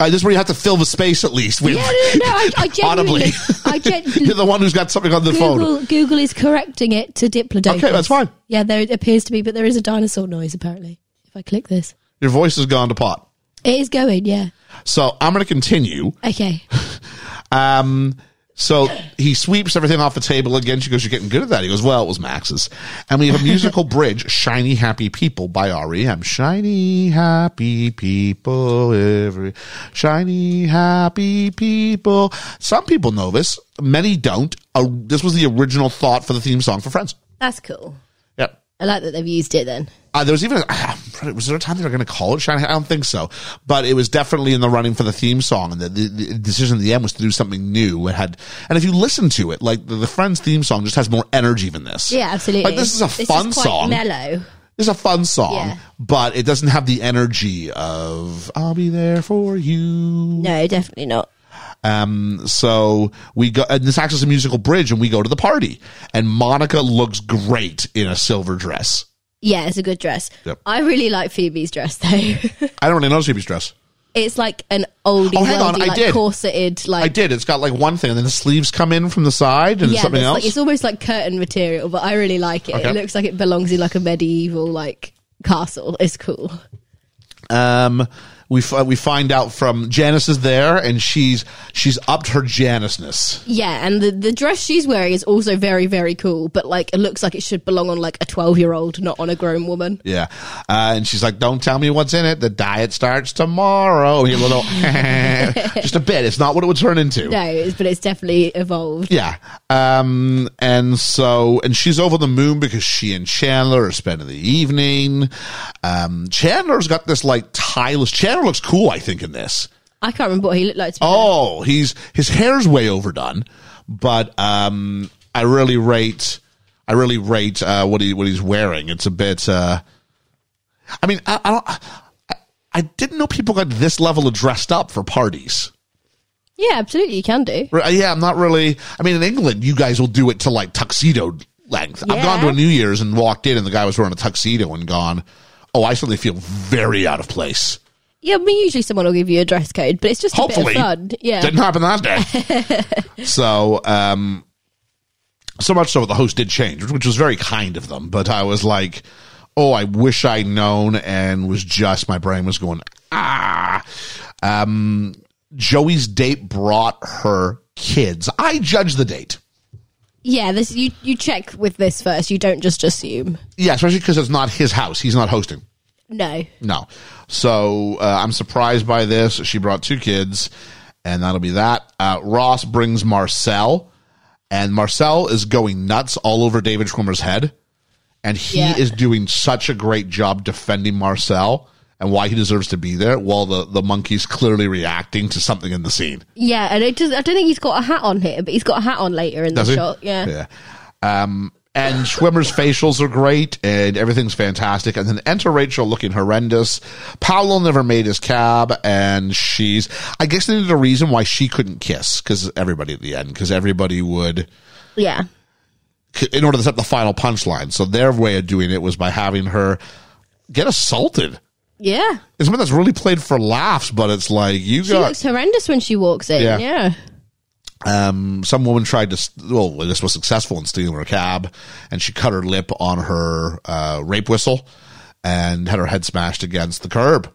Speaker 4: Uh, this is where you have to fill the space at least with
Speaker 5: Yeah, no, no, no. I, I
Speaker 4: Audibly.
Speaker 5: genuinely, I genuinely
Speaker 4: You're the one who's got something on the phone.
Speaker 5: Google, Google is correcting it to diplodocus.
Speaker 4: Okay, that's fine.
Speaker 5: Yeah, there it appears to be, but there is a dinosaur noise apparently. If I click this,
Speaker 4: Your voice has gone to pot.
Speaker 5: it is going. Yeah.
Speaker 4: So I'm going to continue.
Speaker 5: Okay.
Speaker 4: Um, so he sweeps everything off the table again. She goes, "You're getting good at that." He goes, "Well, it was Max's." And we have a musical bridge, "Shiny Happy People" by REM. Shiny happy people, every shiny happy people. Some people know this, many don't. Uh, this was the original thought for the theme song for Friends.
Speaker 5: That's cool.
Speaker 4: Yep.
Speaker 5: I like that they've used it then.
Speaker 4: Uh, there was even was there a time they were going to call it Shine? I don't think so, but it was definitely in the running for the theme song, and the, the, the decision at the end was to do something new. It had, and if you listen to it, like the, the Friends theme song just has more energy than this.
Speaker 5: Yeah, absolutely.
Speaker 4: Like this is a
Speaker 5: It's
Speaker 4: fun
Speaker 5: just quite
Speaker 4: song.
Speaker 5: Mellow.
Speaker 4: It's a fun song,
Speaker 5: Yeah.
Speaker 4: but it doesn't have the energy of "I'll be there for you."
Speaker 5: No, definitely not.
Speaker 4: Um, so we go, and this acts as a musical bridge, and we go to the party. And Monica looks great in a silver dress.
Speaker 5: Yeah, it's a good dress.
Speaker 4: Yep.
Speaker 5: I really like Phoebe's dress though.
Speaker 4: I don't really notice Phoebe's dress.
Speaker 5: it's like an oldie,
Speaker 4: Oh, hang on,
Speaker 5: worldy,
Speaker 4: I
Speaker 5: like
Speaker 4: did.
Speaker 5: corseted, like
Speaker 4: I did. It's got like one thing, and then the sleeves come in from the side, and
Speaker 5: yeah,
Speaker 4: something
Speaker 5: it's
Speaker 4: else.
Speaker 5: like it's almost like curtain material, but I really like it.
Speaker 4: Okay.
Speaker 5: It looks like it belongs in like a medieval like castle. It's cool.
Speaker 4: um, we fi- we find out from Janice is there, and she's she's upped her Janiceness.
Speaker 5: Yeah, and the the dress she's wearing is also very very cool, but like it looks like it should belong on like a twelve year old, not on a grown woman.
Speaker 4: Yeah, uh, and she's like, "Don't tell me what's in it. The diet starts tomorrow." And you little, just a bit. It's not what it would turn into.
Speaker 5: No, it's, but it's definitely evolved.
Speaker 4: Yeah. Um, and so, and she's over the moon because she and Chandler are spending the evening. Um, Chandler's got this like tieless. Chandler looks cool, I think, in this.
Speaker 5: I can't remember what he looked like. To be
Speaker 4: Oh, he's, his hair's way overdone, but, um, I really rate, I really rate, uh, what he, what he's wearing. It's a bit, uh, I mean, I, I don't, I, I didn't know people got this level of dressed up for parties.
Speaker 5: Yeah, absolutely, you can do.
Speaker 4: Re- Yeah, I'm not really. I mean, in England, you guys will do it to like tuxedo length. I've
Speaker 5: Yeah.
Speaker 4: gone to a New Year's and walked in, and the guy was wearing a tuxedo and gone, Oh, I suddenly feel very out of place.
Speaker 5: Yeah, I mean, usually someone will give you a dress code, but it's just
Speaker 4: Hopefully.
Speaker 5: a bit of fun. Yeah,
Speaker 4: Didn't happen that day. so, um, so much so that the host did change, which was very kind of them, but I was like, Oh, I wish I'd known, and was just, my brain was going, Ah. Um, Joey's date brought her kids. I judge the date.
Speaker 5: yeah. This you you check with this first. You don't just assume.
Speaker 4: Yeah, especially because it's not his house. He's not hosting.
Speaker 5: No,
Speaker 4: No. So uh, I'm surprised by this. She brought two kids, and that'll be that. Uh, Ross brings Marcel, and Marcel is going nuts all over David Schwimmer's head. And he
Speaker 5: Yeah.
Speaker 4: is doing such a great job defending Marcel and why he deserves to be there while the, the monkey's clearly reacting to something in the scene.
Speaker 5: yeah, and it just, I don't think he's got a hat on here, but he's got a hat on later in
Speaker 4: Does
Speaker 5: the
Speaker 4: he?
Speaker 5: shot. Yeah.
Speaker 4: Yeah. Um, and Schwimmer's facials are great and everything's fantastic. And then enter Rachel looking horrendous. Paolo never made his cab and she's, I guess they needed a reason why she couldn't kiss because everybody at the end, because everybody would,
Speaker 5: yeah.
Speaker 4: in order to set the final punchline. So their way of doing it was by having her get assaulted.
Speaker 5: Yeah.
Speaker 4: It's something that's really played for laughs, but it's like, you
Speaker 5: She
Speaker 4: got,
Speaker 5: looks horrendous when she walks in.
Speaker 4: Yeah.
Speaker 5: Yeah.
Speaker 4: um, some woman tried to, st- well, this was successful in stealing her cab, and she cut her lip on her uh, rape whistle and had her head smashed against the curb.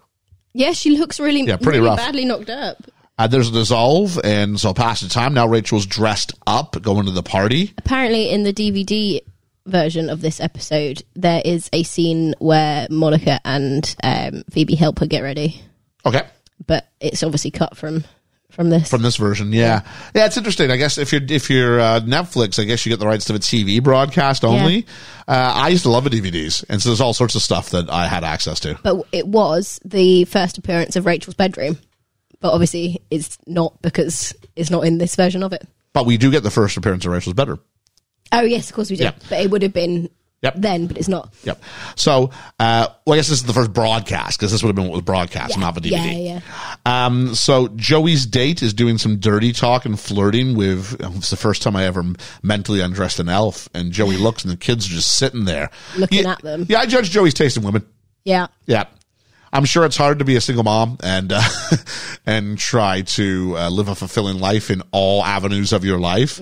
Speaker 5: Yeah, she looks really,
Speaker 4: Yeah, pretty
Speaker 5: really
Speaker 4: rough.
Speaker 5: badly knocked up.
Speaker 4: Uh, there's a dissolve, and so past the time, now Rachel's dressed up, going to the party.
Speaker 5: Apparently, in the DVD version of this episode, there is a scene where Monica and um, Phoebe help her get ready,
Speaker 4: Okay.
Speaker 5: but it's obviously cut from from this.
Speaker 4: From this version, yeah, yeah, it's interesting. I guess if you're if you're uh, Netflix, I guess you get the rights to the TV broadcast only. Uh, I used to love the DVDs, and so there's all sorts of stuff that I had access to.
Speaker 5: but it was the first appearance of Rachel's bedroom. But obviously, it's not because it's not in this version of it.
Speaker 4: But we do get the first appearance of Rachel's better.
Speaker 5: Oh yes, of course we did.
Speaker 4: Yeah.
Speaker 5: But it would have been
Speaker 4: Yep.
Speaker 5: then, but it's not.
Speaker 4: Yep. So, uh, well, I guess this is the first broadcast because this would have been what was broadcast, not the
Speaker 5: Yeah,
Speaker 4: DVD.
Speaker 5: yeah.
Speaker 4: Um, so Joey's date is doing some dirty talk and flirting with. um, It's the first time I ever mentally undressed an elf, and Joey looks, and the kids are just sitting there
Speaker 5: Looking
Speaker 4: Yeah-
Speaker 5: at them.
Speaker 4: Yeah, I judge Joey's taste in women.
Speaker 5: Yeah.
Speaker 4: Yeah. I'm sure it's hard to be a single mom and uh, and try to uh, live a fulfilling life in all avenues of your life.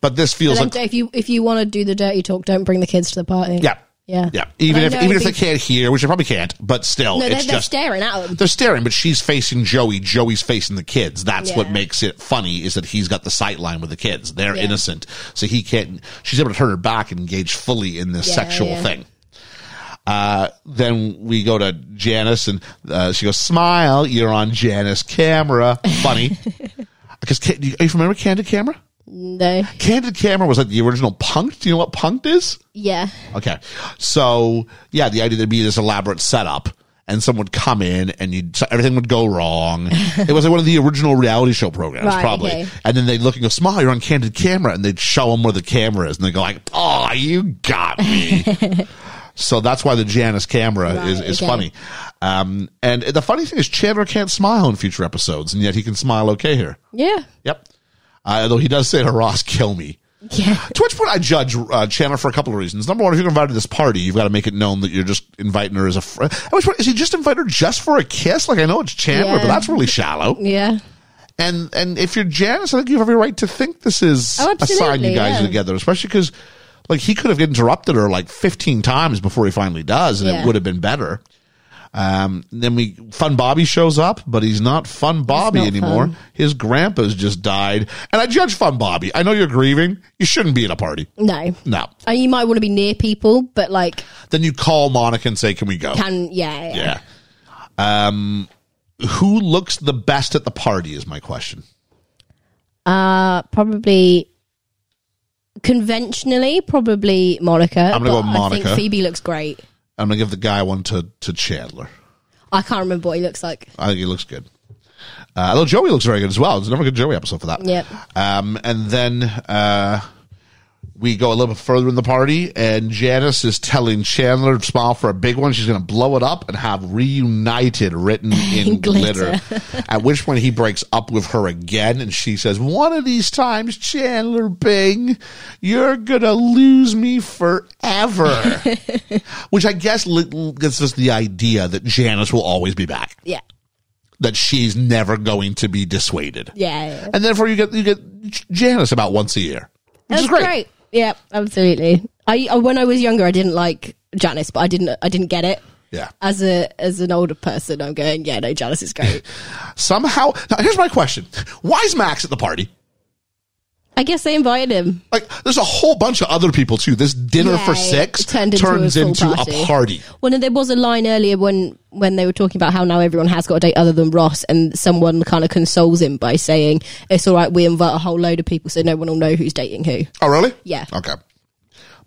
Speaker 4: But this feels
Speaker 5: But
Speaker 4: like
Speaker 5: Mm-hmm. then if you if you want to do the dirty talk, don't bring the kids to the party.
Speaker 4: yeah,
Speaker 5: Yeah.
Speaker 4: yeah. Even
Speaker 5: I
Speaker 4: if
Speaker 5: know
Speaker 4: even if
Speaker 5: it'd
Speaker 4: they
Speaker 5: be-
Speaker 4: can't hear, which they probably can't, but still,
Speaker 5: No, they're,
Speaker 4: it's
Speaker 5: they're
Speaker 4: just
Speaker 5: staring at them.
Speaker 4: they're staring, but she's facing Joey. Joey's facing the kids. That's what
Speaker 5: Yeah.
Speaker 4: makes it funny is that he's got the sight line with the kids. They're
Speaker 5: Yeah.
Speaker 4: innocent, so he can't. She's able to turn her back and engage fully in this
Speaker 5: Yeah,
Speaker 4: sexual
Speaker 5: yeah.
Speaker 4: thing. Uh, then we go to Janice, and uh, she goes, "Smile, you're on Janice camera." Funny, because are you familiar with Candid Camera?
Speaker 5: No.
Speaker 4: Candid Camera was like the original Punked. Do you know what Punked is?
Speaker 5: Yeah.
Speaker 4: Okay. So yeah, the idea there'd be this elaborate setup and someone would come in and you'd, so everything would go wrong. it was like one of the original reality show programs,
Speaker 5: Right,
Speaker 4: probably.
Speaker 5: okay.
Speaker 4: And then they'd look and go, smile, you're on candid camera. And they'd show them where the camera is. And they go like, oh, you got me. So that's why the Janice camera
Speaker 5: Right,
Speaker 4: is, is
Speaker 5: okay.
Speaker 4: funny. Um, and the funny thing is, Chandler can't smile in future episodes, and yet he can smile okay here.
Speaker 5: Yeah.
Speaker 4: Yep. Uh, though he does say to Ross, kill me.
Speaker 5: Yeah.
Speaker 4: To which point I judge uh, Chandler for a couple of reasons. Number one, if you're invited to this party, you've got to make it known that you're just inviting her as a friend. At which point, is he just inviting her just for a kiss? Like, I know it's Chandler, but
Speaker 5: Yeah.
Speaker 4: that's really shallow.
Speaker 5: Yeah.
Speaker 4: And and if you're Janice, I think you have every right to think this is
Speaker 5: Oh,
Speaker 4: a sign you
Speaker 5: absolutely,
Speaker 4: guys are
Speaker 5: yeah.
Speaker 4: together, especially because like he could have interrupted her like 15 times before he finally does, and it
Speaker 5: Yeah.
Speaker 4: would have been better. Um, then we Fun Bobby shows up, but he's not Fun Bobby
Speaker 5: not
Speaker 4: anymore.
Speaker 5: fun.
Speaker 4: His grandpa's just died, and I judge Fun Bobby. I know you're grieving. You shouldn't be at a party.
Speaker 5: No.
Speaker 4: No.
Speaker 5: And you might want to be near people, but like,
Speaker 4: Then you call Monica and say, "Can we go?"
Speaker 5: can yeah, yeah.
Speaker 4: yeah. Um, who looks the best at the party is my question.
Speaker 5: Uh, probably conventionally, probably Monica.
Speaker 4: I'm gonna go
Speaker 5: but
Speaker 4: with
Speaker 5: I
Speaker 4: Monica.
Speaker 5: think Phoebe looks great.
Speaker 4: I'm gonna give the guy one to to Chandler.
Speaker 5: I can't remember what he looks like.
Speaker 4: I think he looks good. Uh, although Joey looks very good as well. It's another good Joey episode for that.
Speaker 5: Yep.
Speaker 4: Um, and then uh, we go a little bit further in the party, and Janice is telling Chandler to smile for a big one. She's going to blow it up and have reunited written in glitter.
Speaker 5: Glitter.
Speaker 4: At which point he breaks up with her again, and she says, "One of these times, Chandler Bing, you're gonna lose me forever." which I guess li- gives us the idea that Janice will always be back
Speaker 5: Yeah.
Speaker 4: that she's never going to be dissuaded.
Speaker 5: Yeah. yeah.
Speaker 4: And therefore you get you get Janice about once a year. Which
Speaker 5: That's
Speaker 4: is great.
Speaker 5: Yeah, absolutely. I, I when I was younger, I didn't like Janice, but I didn't I didn't get it.
Speaker 4: Yeah.
Speaker 5: As a as an older person, I'm going, yeah, no, Janice is great.
Speaker 4: Somehow now here's my question. Why's Max at the party?
Speaker 5: I guess they invited him.
Speaker 4: Like there's a whole bunch of other people too. This dinner
Speaker 5: Yeah,
Speaker 4: for six
Speaker 5: it turned into
Speaker 4: turns
Speaker 5: a full
Speaker 4: into a
Speaker 5: party.
Speaker 4: party.
Speaker 5: Well, no, there was a line earlier when when they were talking about how now everyone has got a date other than Ross, and someone kind of consoles him by saying, "It's all right, we invite a whole load of people, so no one will know who's dating who."
Speaker 4: Oh really?
Speaker 5: Yeah.
Speaker 4: Okay.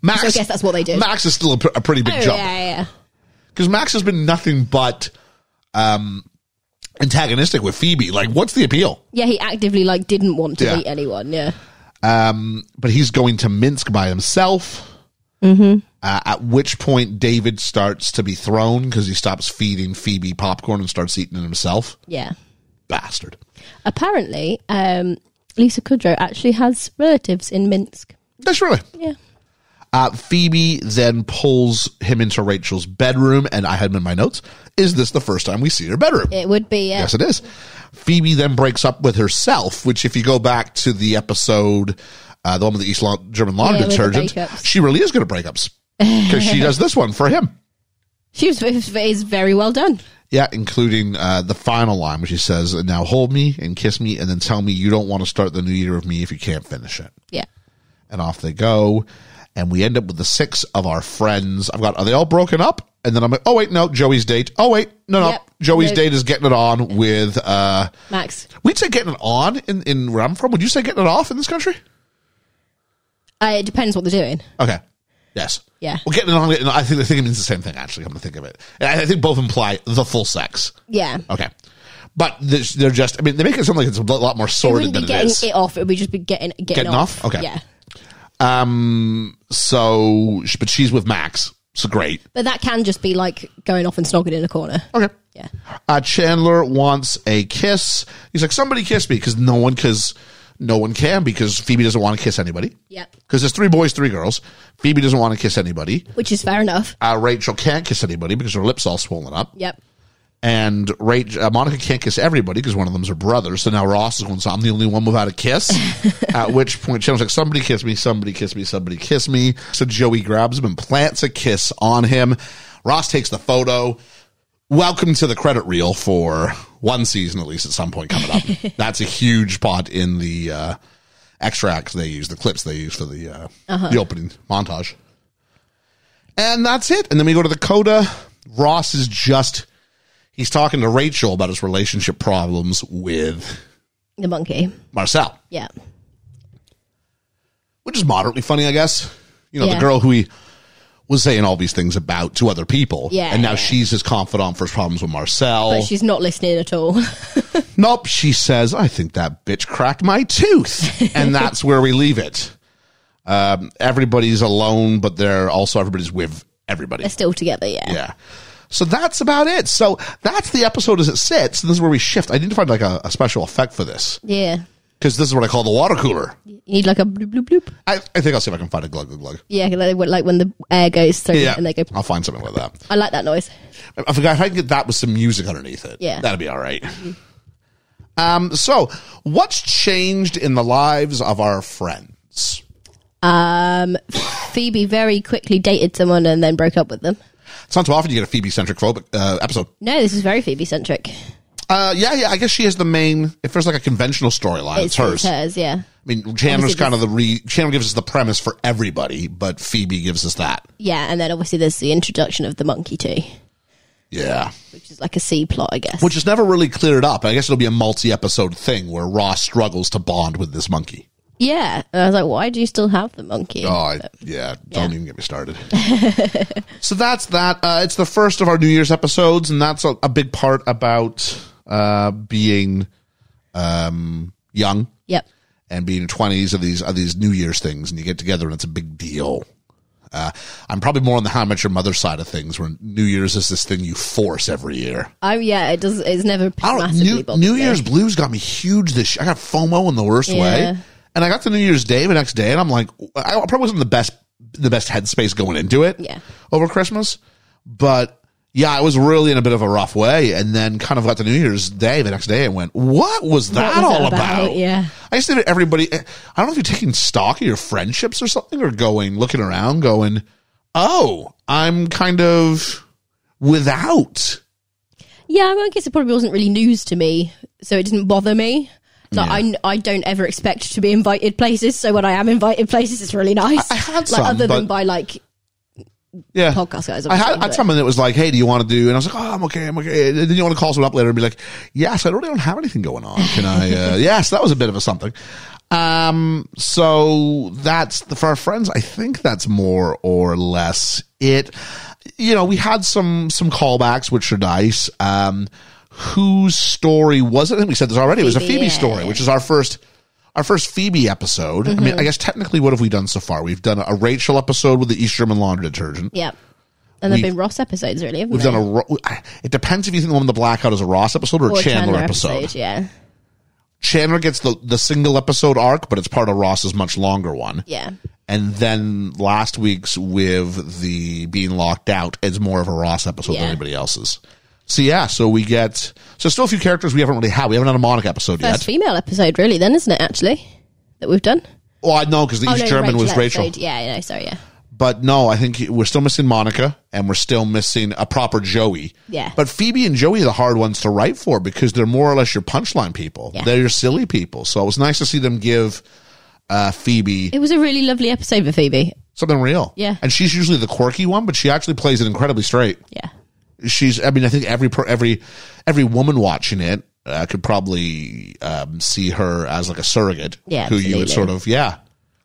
Speaker 4: Max
Speaker 5: So I guess that's what they did.
Speaker 4: Max is still a, pr- a pretty big
Speaker 5: Oh,
Speaker 4: jump.
Speaker 5: yeah, yeah.
Speaker 4: because Max has been nothing but um antagonistic with Phoebe. Like what's the appeal?
Speaker 5: Yeah, he actively like didn't want to
Speaker 4: Yeah.
Speaker 5: meet anyone. Yeah,
Speaker 4: Um, but he's going to Minsk by himself. Mm-hmm. Uh, at which point, David starts to be thrown because he stops feeding Phoebe popcorn and starts eating it himself.
Speaker 5: yeah.
Speaker 4: Bastard.
Speaker 5: Apparently, um, Lisa Kudrow actually has relatives in Minsk.
Speaker 4: That's really.
Speaker 5: Yeah,
Speaker 4: Uh, Phoebe then pulls him into Rachel's bedroom, and I had in my notes, is this the first time we see her bedroom?
Speaker 5: it would be. uh, Yeah.
Speaker 4: Yes, it is. Phoebe then breaks up with herself, which, if you go back to the episode, uh, the one with the East Lawn, German lawn
Speaker 5: Yeah, with the
Speaker 4: detergent,
Speaker 5: breakups.
Speaker 4: she really is good at breakups because she does this one for him.
Speaker 5: She was is very well done.
Speaker 4: Yeah, including uh, the final line, which he says, "Now hold me and kiss me, and then tell me you don't want to start the new year with me if you can't finish it."
Speaker 5: Yeah.
Speaker 4: And off they go, and we end up with the six of our friends. I've got are they all broken up? And then I'm like, "Oh wait, no, Joey's date. Oh wait, no, no,
Speaker 5: Yep.
Speaker 4: Joey's
Speaker 5: No.
Speaker 4: date is getting it on with." Uh,
Speaker 5: Max,
Speaker 4: we'd say getting it on in in where I'm from. Would you say getting it off in this country?
Speaker 5: uh, it depends what they're doing.
Speaker 4: Okay. Yes.
Speaker 5: Yeah.
Speaker 4: Well, getting it on. getting it on, I think I think it means the same thing. Actually, come to think of it, and I I think both imply the full sex.
Speaker 5: Yeah.
Speaker 4: Okay. But there's- they're just, I mean, they make it sound like it's a lot more
Speaker 5: It
Speaker 4: sordid
Speaker 5: wouldn't
Speaker 4: than
Speaker 5: be
Speaker 4: it
Speaker 5: getting
Speaker 4: is.
Speaker 5: it, off. It would be just be getting getting,
Speaker 4: Getting off? Okay.
Speaker 5: Yeah.
Speaker 4: Um, so, sh- but she's with Max. So great.
Speaker 5: But that can just be like going off and snogging in a corner.
Speaker 4: Okay.
Speaker 5: Yeah.
Speaker 4: Uh, Chandler wants a kiss. He's like, somebody kiss me because no one, because no one can because Phoebe doesn't want to kiss anybody.
Speaker 5: Yep.
Speaker 4: Because there's three boys, three girls. Phoebe doesn't want to kiss anybody.
Speaker 5: Which is fair enough.
Speaker 4: Uh, Rachel can't kiss anybody because her lips all swollen up.
Speaker 5: Yep.
Speaker 4: and Rachel, uh, Monica can't kiss everybody because one of them's her brother. So now Ross is going, so I'm the only one without a kiss. At which point, Chandler's like, somebody kiss me, somebody kiss me, somebody kiss me. So Joey grabs him and plants a kiss on him. Ross takes the photo. Welcome to the credit reel for one season, at least at some point coming up. That's a huge part in the uh, extracts they use, the clips they use for the uh, the opening montage. And that's it. And then we go to the coda. Ross is just he's talking to Rachel about his relationship problems with
Speaker 5: The monkey.
Speaker 4: Marcel,
Speaker 5: Yeah.
Speaker 4: which is moderately funny, I guess. You know, the
Speaker 5: Yeah.
Speaker 4: girl who he was saying all these things about to other people.
Speaker 5: Yeah,
Speaker 4: And now
Speaker 5: yeah.
Speaker 4: she's his confidant for his problems with
Speaker 5: But
Speaker 4: Marcel.
Speaker 5: she's not listening at all.
Speaker 4: nope. She says, I think that bitch cracked my tooth. and that's where we leave it. Um, everybody's alone, but they're also everybody's with everybody.
Speaker 5: They're still together, yeah.
Speaker 4: Yeah. So that's about it. So that's the episode as it sits. And this is where we shift. I need to find like a, a special effect for this
Speaker 5: Yeah.
Speaker 4: because this is what I call the water cooler.
Speaker 5: You need like a bloop, bloop, bloop.
Speaker 4: I, I think I'll see if I can find a glug glug glug.
Speaker 5: Yeah, like, like when the air goes through
Speaker 4: Yeah,
Speaker 5: and they go.
Speaker 4: I'll find something like that.
Speaker 5: I like that noise.
Speaker 4: I- I forgot if I can get that with some music underneath it.
Speaker 5: Yeah.
Speaker 4: that'd be all right. Um. So, what's changed in the lives of our friends?
Speaker 5: Um, Phoebe very quickly dated someone and then broke up with them.
Speaker 4: It's not too often you get a Phoebe centric phobic uh, episode.
Speaker 5: No, this is very Phoebe centric.
Speaker 4: Uh, yeah, yeah. I guess she is the main. If there's like a conventional storyline, it's, hers. I
Speaker 5: hers, yeah.
Speaker 4: mean, Chandler's
Speaker 5: Obviously,
Speaker 4: kind of the re. Chandler gives us the premise for everybody, but Phoebe gives us that.
Speaker 5: Yeah, and then obviously there's the introduction of the monkey too,
Speaker 4: Yeah,
Speaker 5: which is like a C plot, I guess.
Speaker 4: which is never really cleared up. I guess it'll be a multi-episode thing where Ross struggles to bond with this monkey.
Speaker 5: yeah, and I was like, why do you still have the monkey?
Speaker 4: Oh, I, yeah. Don't
Speaker 5: yeah.
Speaker 4: even get me started. so that's that. Uh, it's the first of our New Year's episodes, and that's a, a big part about uh, being um, young
Speaker 5: Yep.
Speaker 4: and being in twenties. Are these are these New Year's things, and you get together, and it's a big deal. Uh, I'm probably more on the how much your mother side of things, where New Year's is this thing you force every year.
Speaker 5: Oh yeah, it does. It's never
Speaker 4: I don't,
Speaker 5: massively
Speaker 4: Oh, New,
Speaker 5: bothered
Speaker 4: New
Speaker 5: me.
Speaker 4: Year's blues got me huge this year. I got FOMO in the worst
Speaker 5: Yeah.
Speaker 4: way. And I got to New Year's Day the next day and I'm like, I probably wasn't the best, the best headspace going into it
Speaker 5: Yeah.
Speaker 4: over Christmas. But yeah, I was really in a bit of a rough way and then kind of got to New Year's Day the next day and went, what was that
Speaker 5: was that
Speaker 4: all
Speaker 5: about?
Speaker 4: about?
Speaker 5: Yeah.
Speaker 4: I just think that everybody, eh, I don't know if you're taking stock of your friendships or something or going, looking around going, oh, I'm kind of without.
Speaker 5: Yeah, I guess it probably wasn't really news to me, so it didn't bother me. Like I n- I, don't ever expect to be invited places, so when I am invited places, it's really nice.
Speaker 4: I- I had
Speaker 5: like
Speaker 4: some,
Speaker 5: other than
Speaker 4: but-
Speaker 5: by like
Speaker 4: Yeah.
Speaker 5: podcast guys.
Speaker 4: I
Speaker 5: Obviously,
Speaker 4: had, had
Speaker 5: but-
Speaker 4: someone that was like, "Hey, do you want to do?" And I was like, "Oh, I'm okay, I'm okay." And then you want to call someone up later and be like, "Yes, I really don't have anything going on. Can I?" Uh, yes, that was a bit of a something. Um, so that's the, for our friends. I think that's more or less it. You know, we had some some callbacks, which are nice. Um, whose story was it? I think we said this already. it was a
Speaker 5: Phoebe,
Speaker 4: Phoebe
Speaker 5: yeah. Mm-hmm.
Speaker 4: story, which is our first. Our first Phoebe episode. I mean, I guess technically, what have we done so far? We've done a Rachel episode with the East German laundry detergent.
Speaker 5: yeah, and there've
Speaker 4: We've-
Speaker 5: been Ross episodes really. Haven't
Speaker 4: We've
Speaker 5: they?
Speaker 4: done a. Ro- It depends if you think the one with the blackout is a Ross episode or,
Speaker 5: Or
Speaker 4: a Chandler, episode.
Speaker 5: Yeah,
Speaker 4: Chandler gets the the single episode arc, but it's part of Ross's much longer one.
Speaker 5: yeah,
Speaker 4: And then last week's with the being locked out is more of a Ross episode than
Speaker 5: Yeah.
Speaker 4: anybody else's. So yeah, so we get so still a few characters we haven't really had. We haven't had a Monica episode
Speaker 5: first
Speaker 4: yet.
Speaker 5: female episode really. Then isn't it actually that we've done?
Speaker 4: Well, I know because the
Speaker 5: Oh,
Speaker 4: East
Speaker 5: no,
Speaker 4: German was Rachel,
Speaker 5: episode. Yeah, no, sorry, yeah.
Speaker 4: but no, I think we're still missing Monica and we're still missing a proper Joey.
Speaker 5: Yeah.
Speaker 4: But Phoebe and Joey are the hard ones to write for because they're more or less your punchline people.
Speaker 5: Yeah.
Speaker 4: They're your silly people. So it was nice to see them give uh, Phoebe
Speaker 5: It was a really lovely episode for Phoebe.
Speaker 4: something real.
Speaker 5: Yeah.
Speaker 4: And she's usually the quirky one, but she actually plays it incredibly straight.
Speaker 5: Yeah,
Speaker 4: She's, I mean, I think every, per- every, every woman watching it uh, could probably um, see her as like a surrogate.
Speaker 5: Yeah,
Speaker 4: Who you would
Speaker 5: absolutely.
Speaker 4: sort of, yeah.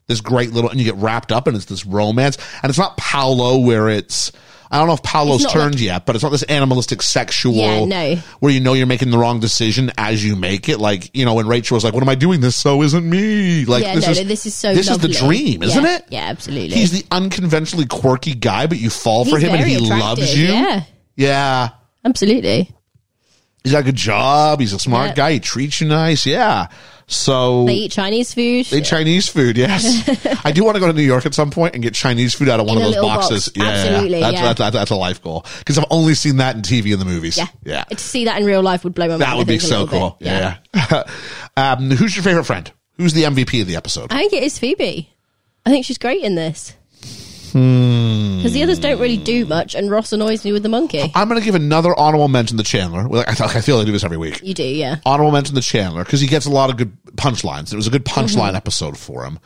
Speaker 4: This great little, and you get wrapped up and it's this romance. And it's not Paolo where it's, I don't know if Paolo's
Speaker 5: not
Speaker 4: turned yet, but it's not this animalistic sexual
Speaker 5: Yeah, no.
Speaker 4: where you know you're making the wrong decision as you make it. Like, you know, when Rachel was like, what am I doing? This so isn't me. Like,
Speaker 5: yeah.
Speaker 4: this,
Speaker 5: no,
Speaker 4: is,
Speaker 5: no, this is so.
Speaker 4: This
Speaker 5: lovely.
Speaker 4: is the dream, isn't
Speaker 5: Yeah,
Speaker 4: it?
Speaker 5: Yeah, absolutely.
Speaker 4: He's the unconventionally quirky guy, but you fall for
Speaker 5: He's
Speaker 4: him and
Speaker 5: very
Speaker 4: he
Speaker 5: attractive,
Speaker 4: loves you.
Speaker 5: Yeah,
Speaker 4: Yeah.
Speaker 5: absolutely.
Speaker 4: He's got a good job. He's a smart
Speaker 5: Yeah.
Speaker 4: guy. He treats you nice. Yeah. So
Speaker 5: They eat Chinese food.
Speaker 4: they eat Chinese food. Yes. I do want to go to New York at some point and get Chinese food out of one
Speaker 5: In
Speaker 4: of
Speaker 5: a
Speaker 4: those
Speaker 5: little box.
Speaker 4: boxes. Yeah.
Speaker 5: Absolutely,
Speaker 4: That's,
Speaker 5: yeah.
Speaker 4: That's, that's, that's a life goal because I've only seen that in TV and the movies.
Speaker 5: yeah,
Speaker 4: Yeah.
Speaker 5: To see that in real life would blow my mind.
Speaker 4: that
Speaker 5: I
Speaker 4: would be
Speaker 5: think, a
Speaker 4: so
Speaker 5: little
Speaker 4: cool.
Speaker 5: bit.
Speaker 4: Yeah. yeah. um, who's your favorite friend? Who's the MVP of the episode?
Speaker 5: I think it is Phoebe. I think she's great in this.
Speaker 4: Hmm.
Speaker 5: Because the others don't really do much, and Ross annoys me with the monkey.
Speaker 4: I'm going to give another honorable mention to Chandler. Well, I, I feel I do this every week.
Speaker 5: You do, yeah.
Speaker 4: honorable mention to Chandler because he gets a lot of good punchlines. It was a good
Speaker 5: Mm-hmm.
Speaker 4: punchline episode for him.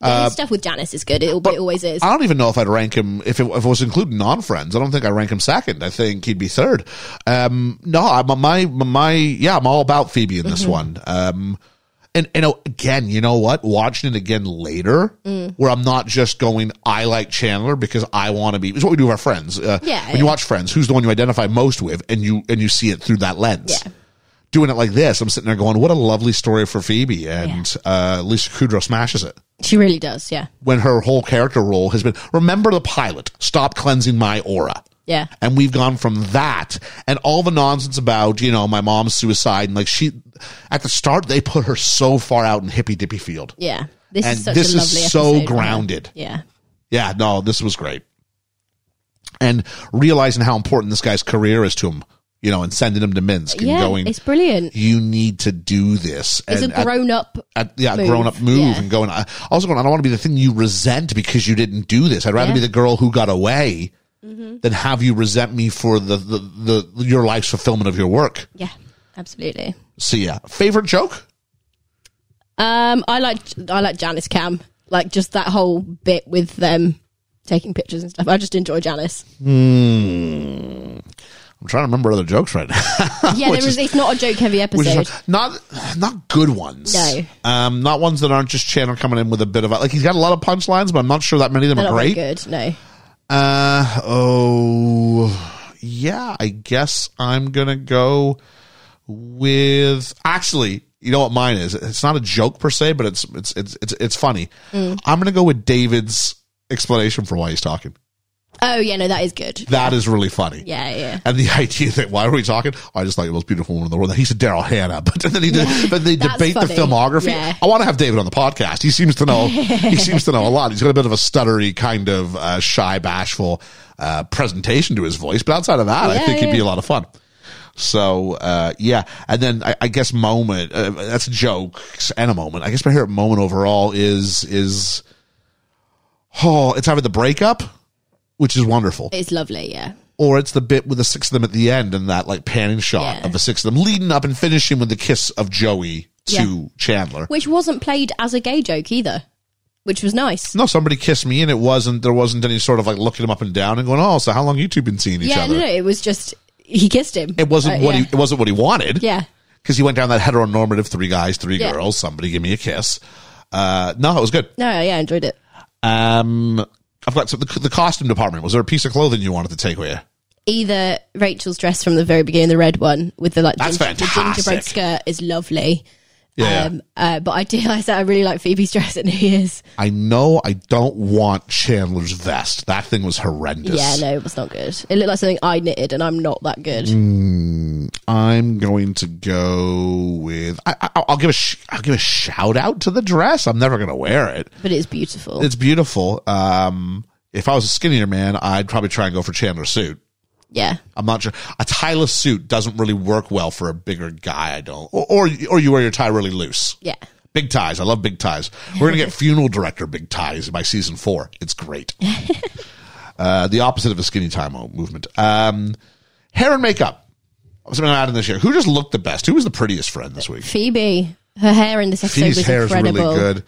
Speaker 4: uh,
Speaker 5: The stuff with Janice is good. It, it always is.
Speaker 4: I don't even know if I'd rank him if it, if it was including non friends. I don't think I rank him second. I think he'd be third. Um, no, I'm my my yeah, I'm all about Phoebe in this
Speaker 5: Mm-hmm.
Speaker 4: one. Um, and and oh, again, you know what? Watching it again later,
Speaker 5: Mm.
Speaker 4: where I'm not just going, I like Chandler because I want to be. It's what we do with our friends. Uh,
Speaker 5: Yeah,
Speaker 4: when you
Speaker 5: yeah.
Speaker 4: watch Friends, who's the one you identify most with, and you and you see it through that lens.
Speaker 5: Yeah.
Speaker 4: doing it like this, I'm sitting there going, "What a lovely story for Phoebe." And uh, Lisa Kudrow smashes it
Speaker 5: She really does. Yeah.
Speaker 4: when her whole character role has been remember the pilot stop cleansing my aura
Speaker 5: Yeah.
Speaker 4: and we've gone from that and all the nonsense about you know my mom's suicide and like she at the start they put her so far out in hippy dippy field
Speaker 5: Yeah. This
Speaker 4: And
Speaker 5: is such
Speaker 4: this
Speaker 5: a
Speaker 4: is
Speaker 5: lovely
Speaker 4: so
Speaker 5: episode.
Speaker 4: grounded.
Speaker 5: Yeah.
Speaker 4: yeah no this was great and realizing how important this guy's career is to him you know and sending him to minsk and
Speaker 5: yeah.
Speaker 4: going
Speaker 5: it's brilliant.
Speaker 4: you need to do this
Speaker 5: It's
Speaker 4: and
Speaker 5: a
Speaker 4: at-
Speaker 5: grown up.
Speaker 4: at, yeah,
Speaker 5: move.
Speaker 4: grown up move
Speaker 5: Yeah.
Speaker 4: and going. I also going. I don't want to be the thing you resent because you didn't do this. I'd rather
Speaker 5: Yeah. Mm-hmm.
Speaker 4: be the girl who got away than have you resent me for the, the the your life's fulfillment of your work.
Speaker 5: Yeah. Absolutely.
Speaker 4: So yeah, favorite joke.
Speaker 5: Um, I like I like Janice Cam. Like just that whole bit with them taking pictures and stuff. I just enjoy Janice.
Speaker 4: I'm trying to remember other jokes right now.
Speaker 5: Yeah,
Speaker 4: Which
Speaker 5: there is,
Speaker 4: is-
Speaker 5: it's not a joke heavy
Speaker 4: Which
Speaker 5: episode.
Speaker 4: is not not good ones.
Speaker 5: No.
Speaker 4: um, not ones that aren't just Chandler coming in with a bit of a- like he's got a lot of punchlines, but I'm not sure that many of them
Speaker 5: They're
Speaker 4: are
Speaker 5: not very
Speaker 4: great.
Speaker 5: good. No.
Speaker 4: Uh oh, yeah. I guess I'm gonna go with actually. You know what mine is? It's not a joke per se, but it's it's it's it's, it's funny. I'm gonna go with David's explanation for why he's talking.
Speaker 5: Oh yeah, no, that is good.
Speaker 4: That is really funny.
Speaker 5: Yeah, yeah.
Speaker 4: And the idea that why are we talking? I just like the most beautiful woman in the world. He said Daryl Hannah, but then he did, but they
Speaker 5: That's
Speaker 4: debate the
Speaker 5: funny.
Speaker 4: filmography.
Speaker 5: Yeah.
Speaker 4: I want to have David on the podcast. He seems to know. he seems to know a lot. He's got a bit of a stuttery, kind of uh, shy, bashful uh, presentation to his voice, but outside of that, I
Speaker 5: Yeah,
Speaker 4: think he'd be a
Speaker 5: yeah.
Speaker 4: lot of fun. So uh, yeah, and then I, I guess moment uh, that's jokes and a moment. I guess my favorite moment overall is is oh, it's either the breakup, which is wonderful
Speaker 5: It's lovely. Yeah.
Speaker 4: or it's the bit with the six of them at the end and that like panning shot
Speaker 5: Yeah.
Speaker 4: of the six of them leading up and finishing with the kiss of Joey to
Speaker 5: Yeah.
Speaker 4: Chandler.
Speaker 5: Which wasn't played as a gay joke either, which was nice.
Speaker 4: No, somebody kissed me and it wasn't there wasn't any sort of like looking him up and down and going, Oh, so how long you two been seeing each
Speaker 5: yeah,
Speaker 4: other?
Speaker 5: no, no, it was just he kissed him.
Speaker 4: It wasn't
Speaker 5: Right,
Speaker 4: what
Speaker 5: yeah.
Speaker 4: he it wasn't what he wanted.
Speaker 5: Yeah.
Speaker 4: Because he went down that heteronormative three guys, three
Speaker 5: Yeah.
Speaker 4: girls, somebody give me a kiss. Uh no, it was good.
Speaker 5: No, yeah, I enjoyed it.
Speaker 4: Um I've got some, the, the costume department. Was there a piece of clothing you wanted to take with you?
Speaker 5: Either Rachel's dress from the very beginning, the red one with the like
Speaker 4: That's
Speaker 5: the
Speaker 4: fantastic.
Speaker 5: gingerbread skirt is lovely.
Speaker 4: Yeah.
Speaker 5: Um, uh, but I do like that. I really like Phoebe's dress at New Year's.
Speaker 4: I know I don't want Chandler's vest. That thing was horrendous.
Speaker 5: Yeah, no, it was not good. It looked like something I knitted, and I'm not that good.
Speaker 4: Mm. I'm going to go with. I, I, I'll give a. Sh- I'll give a shout out to the dress. I'm never going to wear it.
Speaker 5: But it's beautiful.
Speaker 4: It's beautiful. Um, if I was a skinnier man, I'd probably try and go for Chandler's suit.
Speaker 5: yeah,
Speaker 4: I'm not sure. A tieless suit doesn't really work well for a bigger guy. I don't. Or or, or you wear your tie really loose.
Speaker 5: yeah.
Speaker 4: Big ties. I love big ties. We're going to get funeral director big ties by season four. It's great. uh, the opposite of a skinny tie mo- movement. Um, hair and makeup. Something I'm adding this year. Who just looked the best? Who was the prettiest friend this week?
Speaker 5: Phoebe, her hair in this episode
Speaker 4: Phoebe's
Speaker 5: was
Speaker 4: hair is really
Speaker 5: incredible.
Speaker 4: good.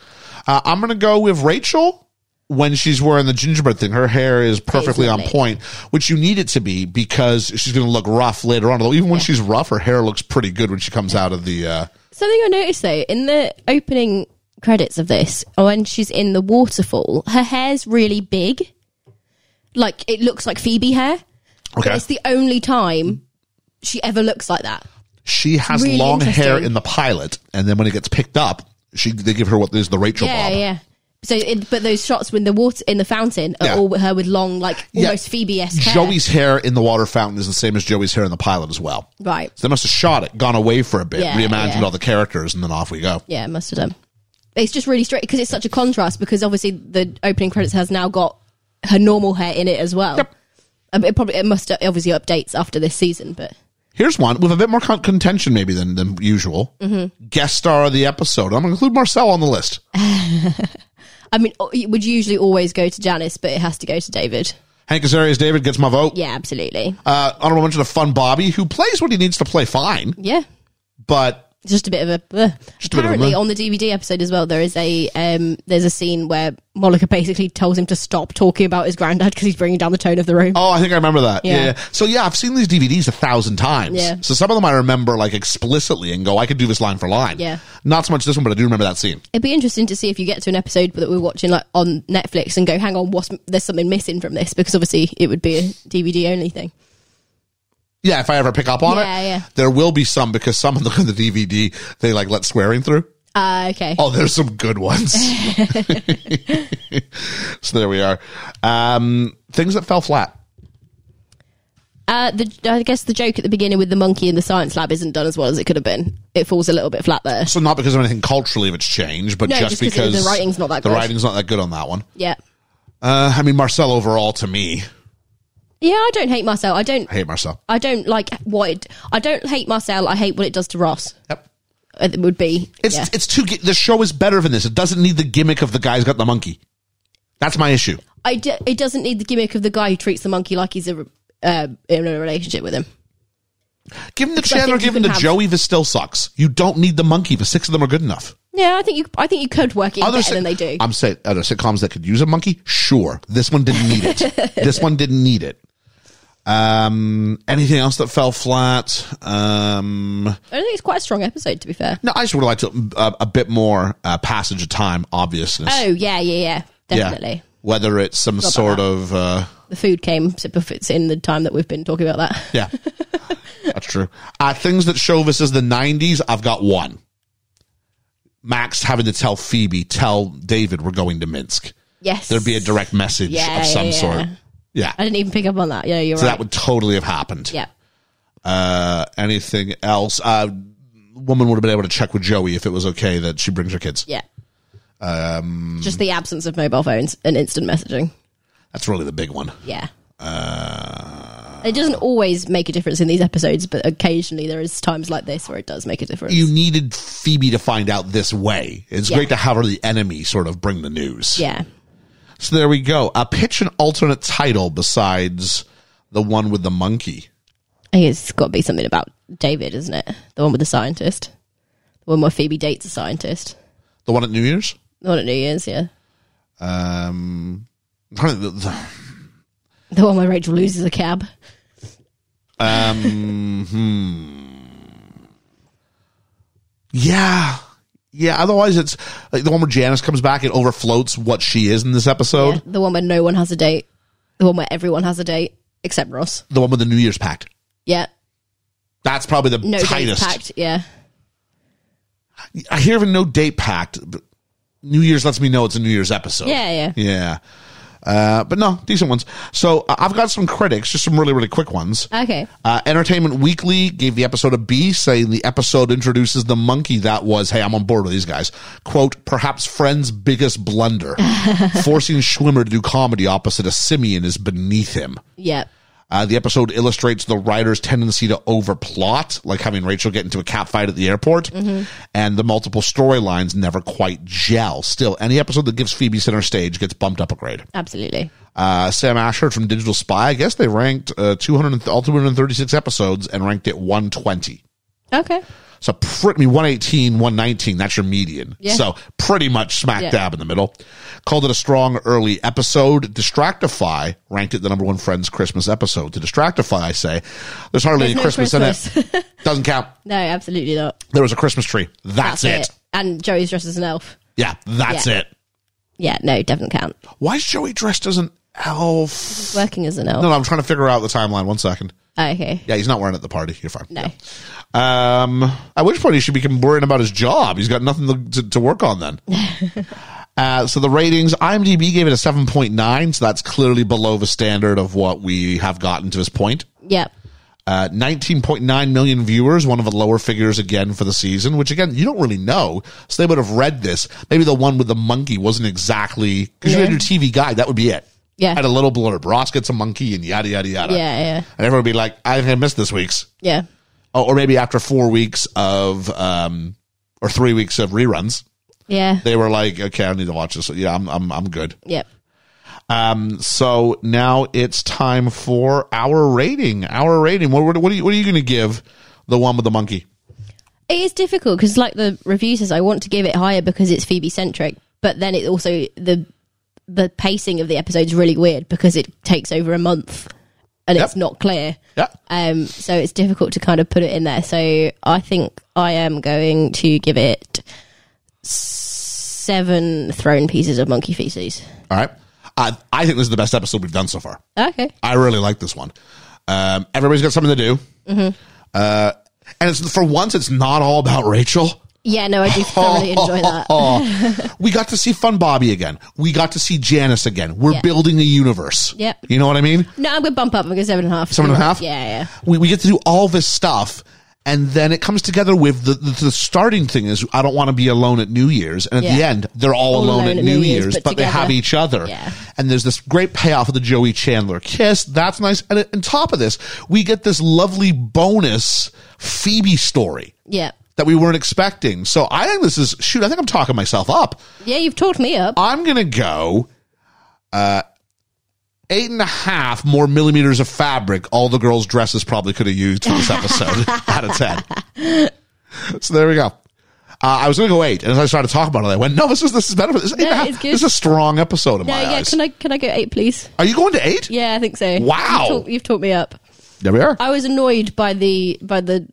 Speaker 4: Uh, I'm going to go with Rachel when she's wearing the gingerbread thing. Her hair is perfectly on
Speaker 5: lovely.
Speaker 4: point, which you need it to be because she's going to look rough later on. Although even when she's rough, her hair looks pretty good when she comes out of the. Uh,
Speaker 5: Something I noticed though in the opening credits of this, when she's in the waterfall, her hair's really big. Like it looks like Phoebe hair.
Speaker 4: okay.
Speaker 5: It's the only time she ever looks like that.
Speaker 4: she has
Speaker 5: Really
Speaker 4: long hair
Speaker 5: interesting.
Speaker 4: in the pilot, and then when it gets picked up, she they give her what is the Rachel
Speaker 5: yeah,
Speaker 4: bob.
Speaker 5: yeah. So, it, but those shots when the water in the fountain are
Speaker 4: Yeah.
Speaker 5: all with her with long, like
Speaker 4: Yeah.
Speaker 5: almost Phoebe esque hair.
Speaker 4: Joey's hair in the water fountain is the same as Joey's hair in the pilot as well.
Speaker 5: right.
Speaker 4: So they must have shot it, gone away for a bit,
Speaker 5: Yeah,
Speaker 4: reimagined
Speaker 5: yeah.
Speaker 4: all the characters, and then off we go.
Speaker 5: Yeah, must have done. It's just really straight because it's such a contrast because obviously the opening credits has now got her normal hair in it as well. Um, It probably it must it obviously updates after this season, but
Speaker 4: Here's one with a bit more con- contention maybe than, than usual.
Speaker 5: Mm-hmm.
Speaker 4: Guest star of the episode. I'm going to include Marcel on the list.
Speaker 5: I mean, o- you would usually always go to Janice, but it has to go to David.
Speaker 4: Hank Azaria's David gets my vote.
Speaker 5: Yeah, absolutely.
Speaker 4: Uh, honorable mention of Fun Bobby, who plays what he needs to play fine,
Speaker 5: Yeah,
Speaker 4: but
Speaker 5: it's just a bit of a. bleh.
Speaker 4: Just a bit of a
Speaker 5: Apparently,
Speaker 4: bleh.
Speaker 5: on the DVD episode as well, there is a um, there's a scene where Monica basically tells him to stop talking about his granddad because he's bringing down the tone of the room.
Speaker 4: Oh, I think I remember that. Yeah.
Speaker 5: Yeah.
Speaker 4: yeah. So yeah, I've seen these DVDs a thousand times.
Speaker 5: Yeah.
Speaker 4: So some of them I remember like explicitly and go, I could do this line for line.
Speaker 5: Yeah.
Speaker 4: Not so much this one, but I do remember that scene.
Speaker 5: It'd be interesting to see if you get to an episode that we're watching like on Netflix and go, hang on, what's there's something missing from this because obviously it would be a DVD only thing.
Speaker 4: yeah, if I ever pick up on
Speaker 5: Yeah,
Speaker 4: it,
Speaker 5: yeah.
Speaker 4: there will be some because some of the, the DVD they like let swearing through.
Speaker 5: Uh, okay.
Speaker 4: Oh, there's some good ones. so there we are. Um, things that fell flat.
Speaker 5: Uh, the, I guess the joke at the beginning with the monkey in the science lab isn't done as well as it could have been. It falls a little bit flat there.
Speaker 4: So not because of anything culturally that's changed, but
Speaker 5: No,
Speaker 4: just,
Speaker 5: just 'cause
Speaker 4: because
Speaker 5: the writing's not that
Speaker 4: the
Speaker 5: good.
Speaker 4: writing's not that good on that one.
Speaker 5: Yeah.
Speaker 4: Uh, I mean, Marcel overall to me,
Speaker 5: Yeah, I don't hate Marcel. I don't.
Speaker 4: I hate Marcel.
Speaker 5: I don't like what it, I don't hate Marcel. I hate what it does to Ross.
Speaker 4: Yep.
Speaker 5: It uh, would be.
Speaker 4: It's
Speaker 5: yeah.
Speaker 4: it's too. gi- The show is better than this. It doesn't need the gimmick of the guy's got the monkey. That's my issue.
Speaker 5: I d- it doesn't need the gimmick of the guy who treats the monkey like he's a, uh, in a relationship with him.
Speaker 4: Give him the
Speaker 5: I
Speaker 4: Chandler,
Speaker 5: think you
Speaker 4: give him
Speaker 5: can
Speaker 4: the
Speaker 5: have-
Speaker 4: Joey. This still sucks. You don't need the monkey. The six of them are good enough.
Speaker 5: Yeah, I think you. I think you could work it better
Speaker 4: sit-
Speaker 5: than they do.
Speaker 4: I'm saying other sitcoms that could use a monkey. Sure, this one didn't need it. this one didn't need it. Um, anything else that fell flat? Um,
Speaker 5: I don't think it's quite a strong episode, to be fair.
Speaker 4: no, I just would like to uh, a bit more uh, passage of time. Obviousness,
Speaker 5: Oh yeah, yeah, yeah, definitely.
Speaker 4: Yeah. Whether it's some sort of uh,
Speaker 5: The food came to fits in the time that we've been talking about that.
Speaker 4: yeah, that's true. Uh, things that show this as the '90s. I've got one. Max having to tell Phoebe, tell David, we're going to Minsk.
Speaker 5: Yes,
Speaker 4: There'd be a direct message
Speaker 5: Yeah,
Speaker 4: of some
Speaker 5: yeah, yeah.
Speaker 4: sort. Yeah.
Speaker 5: I didn't even pick up on that. Yeah, you're
Speaker 4: So
Speaker 5: right.
Speaker 4: that would totally have happened.
Speaker 5: yeah,
Speaker 4: Uh, anything else? Uh, woman would have been able to check with Joey if it was okay that she brings her kids.
Speaker 5: yeah. Um, just the absence of mobile phones and instant messaging.
Speaker 4: That's really the big one.
Speaker 5: Yeah,
Speaker 4: Uh,
Speaker 5: it doesn't always make a difference in these episodes, but occasionally there is times like this where it does make a difference.
Speaker 4: you needed Phoebe to find out this way. It's
Speaker 5: Yeah.
Speaker 4: great to have her the enemy sort of bring the news.
Speaker 5: yeah,
Speaker 4: So there we go. Uh, pitch an alternate title besides the one with the monkey.
Speaker 5: I think it's got to be something about David, isn't it? The one with the scientist, the one where Phoebe dates a scientist.
Speaker 4: The one at New Year's?
Speaker 5: The one at New Year's, yeah.
Speaker 4: Um, I'm trying to- the- the-
Speaker 5: The one where Rachel loses a cab.
Speaker 4: Yeah. Yeah. Otherwise, it's like the one where Janice comes back, it overfloats what she is in this episode.
Speaker 5: Yeah, the one where no one has a date. The one where everyone has a date except Ross.
Speaker 4: The one with the New Year's pact.
Speaker 5: Yeah.
Speaker 4: That's probably the
Speaker 5: No date
Speaker 4: tightest.
Speaker 5: pact. Yeah.
Speaker 4: I hear of a no date pact. but New Year's lets me know it's a New Year's episode.
Speaker 5: Yeah, yeah.
Speaker 4: Yeah. Uh, but no, decent ones. So uh, I've got some critics, just some really, really quick ones.
Speaker 5: Okay.
Speaker 4: Uh, Entertainment Weekly gave the episode a B, saying the episode introduces the monkey that was, hey, I'm on board with these guys. Quote, perhaps Friend's biggest blunder. Forcing Schwimmer to do comedy opposite a simian is beneath him.
Speaker 5: Yeah.
Speaker 4: Uh, the episode illustrates the writer's tendency to overplot, like having Rachel get into a catfight at the airport, and the multiple storylines never quite gel. Still, any episode that gives Phoebe center stage gets bumped up a grade.
Speaker 5: Absolutely.
Speaker 4: Uh, Sam Ashford from Digital Spy, I guess they ranked uh, 200, and- all 236 episodes and ranked it 120.
Speaker 5: Okay.
Speaker 4: So pretty 118, 119, that's your median.
Speaker 5: Yeah.
Speaker 4: So pretty much smack
Speaker 5: Yeah.
Speaker 4: dab in the middle. Called it a strong early episode. Distractify ranked it the number one Friends Christmas episode. To Distractify, I say, there's hardly
Speaker 5: There's
Speaker 4: any
Speaker 5: no
Speaker 4: Christmas, in it. Doesn't count.
Speaker 5: No, absolutely not.
Speaker 4: There was a Christmas tree. That's, it.
Speaker 5: And Joey's dressed as an elf.
Speaker 4: Yeah, that's
Speaker 5: Yeah.
Speaker 4: it.
Speaker 5: Yeah, no, doesn't count.
Speaker 4: Why is Joey dressed as an elf?
Speaker 5: Working as an elf.
Speaker 4: No, no, I'm trying to figure out the timeline. One second.
Speaker 5: Okay.
Speaker 4: Yeah, he's not wearing it at the party. You're fine.
Speaker 5: No.
Speaker 4: Um, at which point he should be worrying about his job. He's got nothing to, to, to work on then. uh, so the ratings, IMDb gave it a 7.9. So that's clearly below the standard of what we have gotten to this point.
Speaker 5: Yeah.
Speaker 4: Uh, 19.9 million viewers, one of the lower figures again for the season, which again, you don't really know. So they would have read this. Maybe the one with the monkey wasn't exactly, because you
Speaker 5: Yeah.
Speaker 4: had your TV guide, that would be it.
Speaker 5: Yeah.
Speaker 4: Had a little blurb. Ross gets a monkey and yada, yada, yada.
Speaker 5: Yeah, yeah.
Speaker 4: And everyone would be like, I think I missed this week's
Speaker 5: Yeah.
Speaker 4: oh, or maybe after four weeks of um or three weeks of reruns,
Speaker 5: Yeah.
Speaker 4: they were like, okay, I need to watch this. Yeah, I'm I'm I'm good.
Speaker 5: Yep.
Speaker 4: So now it's time for our rating. Our rating. What what, what are you what are you going to give the one with the monkey?
Speaker 5: It is difficult because, like the review says, I want to give it higher because it's Phoebe centric, but then it also the the pacing of the episode is really weird because it takes over a month and
Speaker 4: Yep.
Speaker 5: it's not clear.
Speaker 4: Yeah.
Speaker 5: Um, so it's difficult to kind of put it in there. So I think I am going to give it seven thrown pieces of monkey feces.
Speaker 4: All right. I I think this is the best episode we've done so far.
Speaker 5: Okay.
Speaker 4: I really like this one. Um, everybody's got something to do.
Speaker 5: Mm-hmm.
Speaker 4: Uh, and it's for once, it's not all about Rachel.
Speaker 5: Yeah, no, I do thoroughly enjoy that.
Speaker 4: we got to see Fun Bobby again. We got to see Janice again. We're
Speaker 5: Yeah.
Speaker 4: building a universe.
Speaker 5: Yep.
Speaker 4: You know what I mean?
Speaker 5: No, I'm gonna bump up because seven and a half.
Speaker 4: Seven and a half.
Speaker 5: Yeah, yeah.
Speaker 4: We we get to do all this stuff, and then it comes together with the the, the starting thing is I don't want to be alone at New Year's, and at the
Speaker 5: Yeah.
Speaker 4: end they're all, alone, at New Year's, but, they
Speaker 5: together.
Speaker 4: have each other.
Speaker 5: Yeah.
Speaker 4: And there's this great payoff of the Joey Chandler kiss. That's nice. And on top of this, we get this lovely bonus Phoebe story
Speaker 5: Yeah.
Speaker 4: that we weren't expecting. So I think this is shoot. I think I'm talking myself up.
Speaker 5: Yeah, you've talked me up.
Speaker 4: I'm gonna go uh eight and a half more millimeters of fabric all the girls' dresses probably could have used for this episode out of ten. So there we go. Uh, I was gonna go eight, and as I started to talk about it, I went, "No, this is this is better. This is, eight and a
Speaker 5: No,
Speaker 4: half.
Speaker 5: it's good.
Speaker 4: This is a strong episode in
Speaker 5: No,
Speaker 4: my
Speaker 5: yeah.
Speaker 4: eyes."
Speaker 5: Can I can I go eight, please?
Speaker 4: Are you going to eight?
Speaker 5: Yeah, I think so.
Speaker 4: Wow.
Speaker 5: You've, talked- you've talked me up.
Speaker 4: There we are.
Speaker 5: I was annoyed by the by the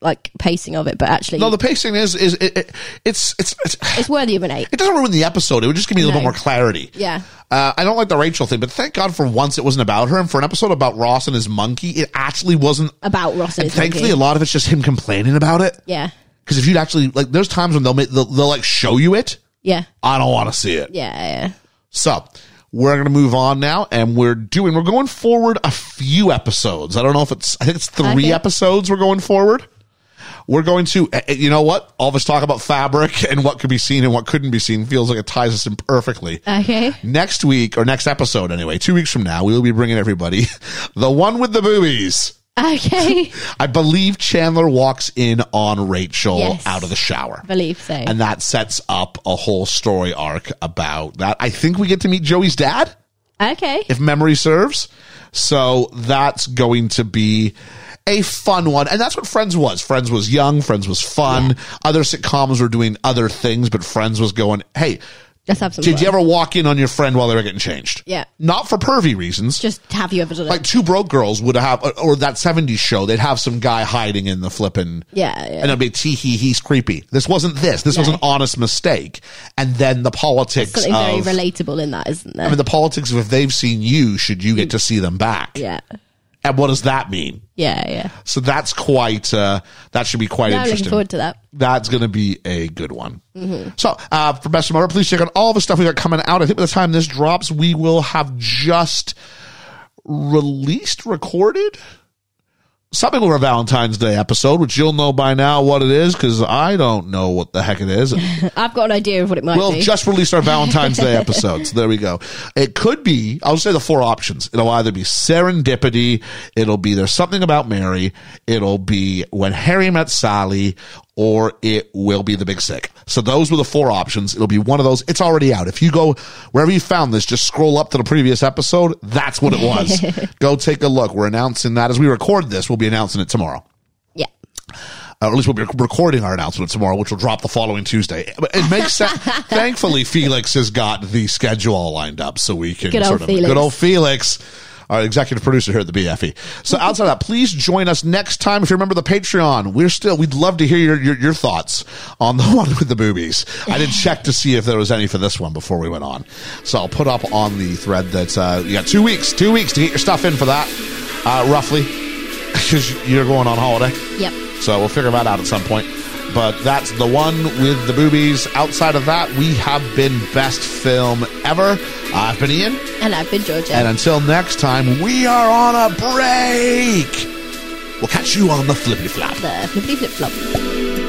Speaker 5: like pacing of it, but actually,
Speaker 4: no, the pacing is is it, it, it's, it's it's
Speaker 5: it's worthy of an eight.
Speaker 4: it doesn't ruin the episode. It would just give me a little
Speaker 5: No.
Speaker 4: bit more clarity.
Speaker 5: Yeah.
Speaker 4: Uh, I don't like the Rachel thing, but thank God for once it wasn't about her. And for an episode about Ross and his monkey, it actually wasn't
Speaker 5: About Ross and
Speaker 4: And
Speaker 5: his monkey.
Speaker 4: thankfully, a lot of it's just him complaining about it.
Speaker 5: Yeah,
Speaker 4: Because if you'd actually like, there's times when they'll make they'll, they'll like show you it.
Speaker 5: yeah,
Speaker 4: I don't want to see it.
Speaker 5: yeah, yeah.
Speaker 4: So we're gonna move on now, and we're doing we're going forward a few episodes. I don't know if it's I think it's three
Speaker 5: Okay.
Speaker 4: episodes we're going forward. We're going to eh, eh, you know what all this talk about fabric and what could be seen and what couldn't be seen feels like it ties us in perfectly.
Speaker 5: Okay.
Speaker 4: Next week or next episode anyway, two weeks from now, we will be bringing everybody the one with the boobies.
Speaker 5: Okay,
Speaker 4: I believe Chandler walks in on Rachel
Speaker 5: Yes.
Speaker 4: out of the shower.
Speaker 5: believe so.
Speaker 4: And that sets up a whole story arc about that. I think we get to meet Joey's dad,
Speaker 5: okay,
Speaker 4: if memory serves. So that's going to be a fun one. And that's what Friends was. Friends was young, Friends was fun. Other sitcoms were doing other things, but Friends was going, hey,
Speaker 5: let's have some.
Speaker 4: did
Speaker 5: fun.
Speaker 4: you ever walk in on your friend while they were getting changed?
Speaker 5: Yeah.
Speaker 4: Not for pervy reasons
Speaker 5: just have you ever done it?
Speaker 4: like two broke girls would have, or- or that '70s show, they'd have some guy hiding in the flippin',
Speaker 5: Yeah, yeah.
Speaker 4: and uh, it'd be tee hee, he's creepy. This wasn't this. This was
Speaker 5: No.
Speaker 4: an honest mistake, and then the politics
Speaker 5: Something very
Speaker 4: of,
Speaker 5: relatable in that, isn't there?
Speaker 4: I mean, the politics of if they've seen you, should you get to see them back?
Speaker 5: yeah,
Speaker 4: and what does that mean?
Speaker 5: yeah, yeah.
Speaker 4: So that's quite, uh, that should be quite
Speaker 5: No, I'm
Speaker 4: interesting
Speaker 5: looking forward to that.
Speaker 4: that's going to be a good one. So, uh, for best tomorrow, please check out all the stuff we got coming out. I think by the time this drops, we will have just released, recorded something of our Valentine's Day episode, which you'll know by now what it is because I don't know what the heck it is.
Speaker 5: I've got an idea of what it might
Speaker 4: We'll
Speaker 5: be.
Speaker 4: just release our Valentine's Day episode. So there we go. It could be, I'll say the four options. It'll either be serendipity, it'll be there's something about Mary, it'll be when Harry met Sally, or it will be the big sick. So those were the four options. It'll be one of those. It's already out. If you go wherever you found this, just scroll up to the previous episode. That's what it was. go take a look. We're announcing that as we record this, we'll be announcing it tomorrow
Speaker 5: yeah,
Speaker 4: uh, or at least we'll be rec- recording our announcement tomorrow, which will drop the following Tuesday. But It makes sense. Thankfully, Felix has got the schedule all lined up so we can
Speaker 5: Good old
Speaker 4: sort of
Speaker 5: Felix.
Speaker 4: good old Felix. Our executive producer here at the BFE. So outside of that, please join us next time. If you remember the Patreon, we're still, we'd love to hear your, your, your thoughts on the one with the boobies. I did check to see if there was any for this one before we went on. So I'll put up on the thread that, uh, you got two weeks, two weeks to get your stuff in for that, uh, roughly, because you're going on holiday.
Speaker 5: yep.
Speaker 4: So we'll figure that out at some point. But that's the one with the boobies. Outside of that, we have been best film ever. I've been Ian.
Speaker 5: And I've been Georgia.
Speaker 4: And until next time, we are on a break. We'll catch you on the flippy flap.
Speaker 5: the flippity flip flop.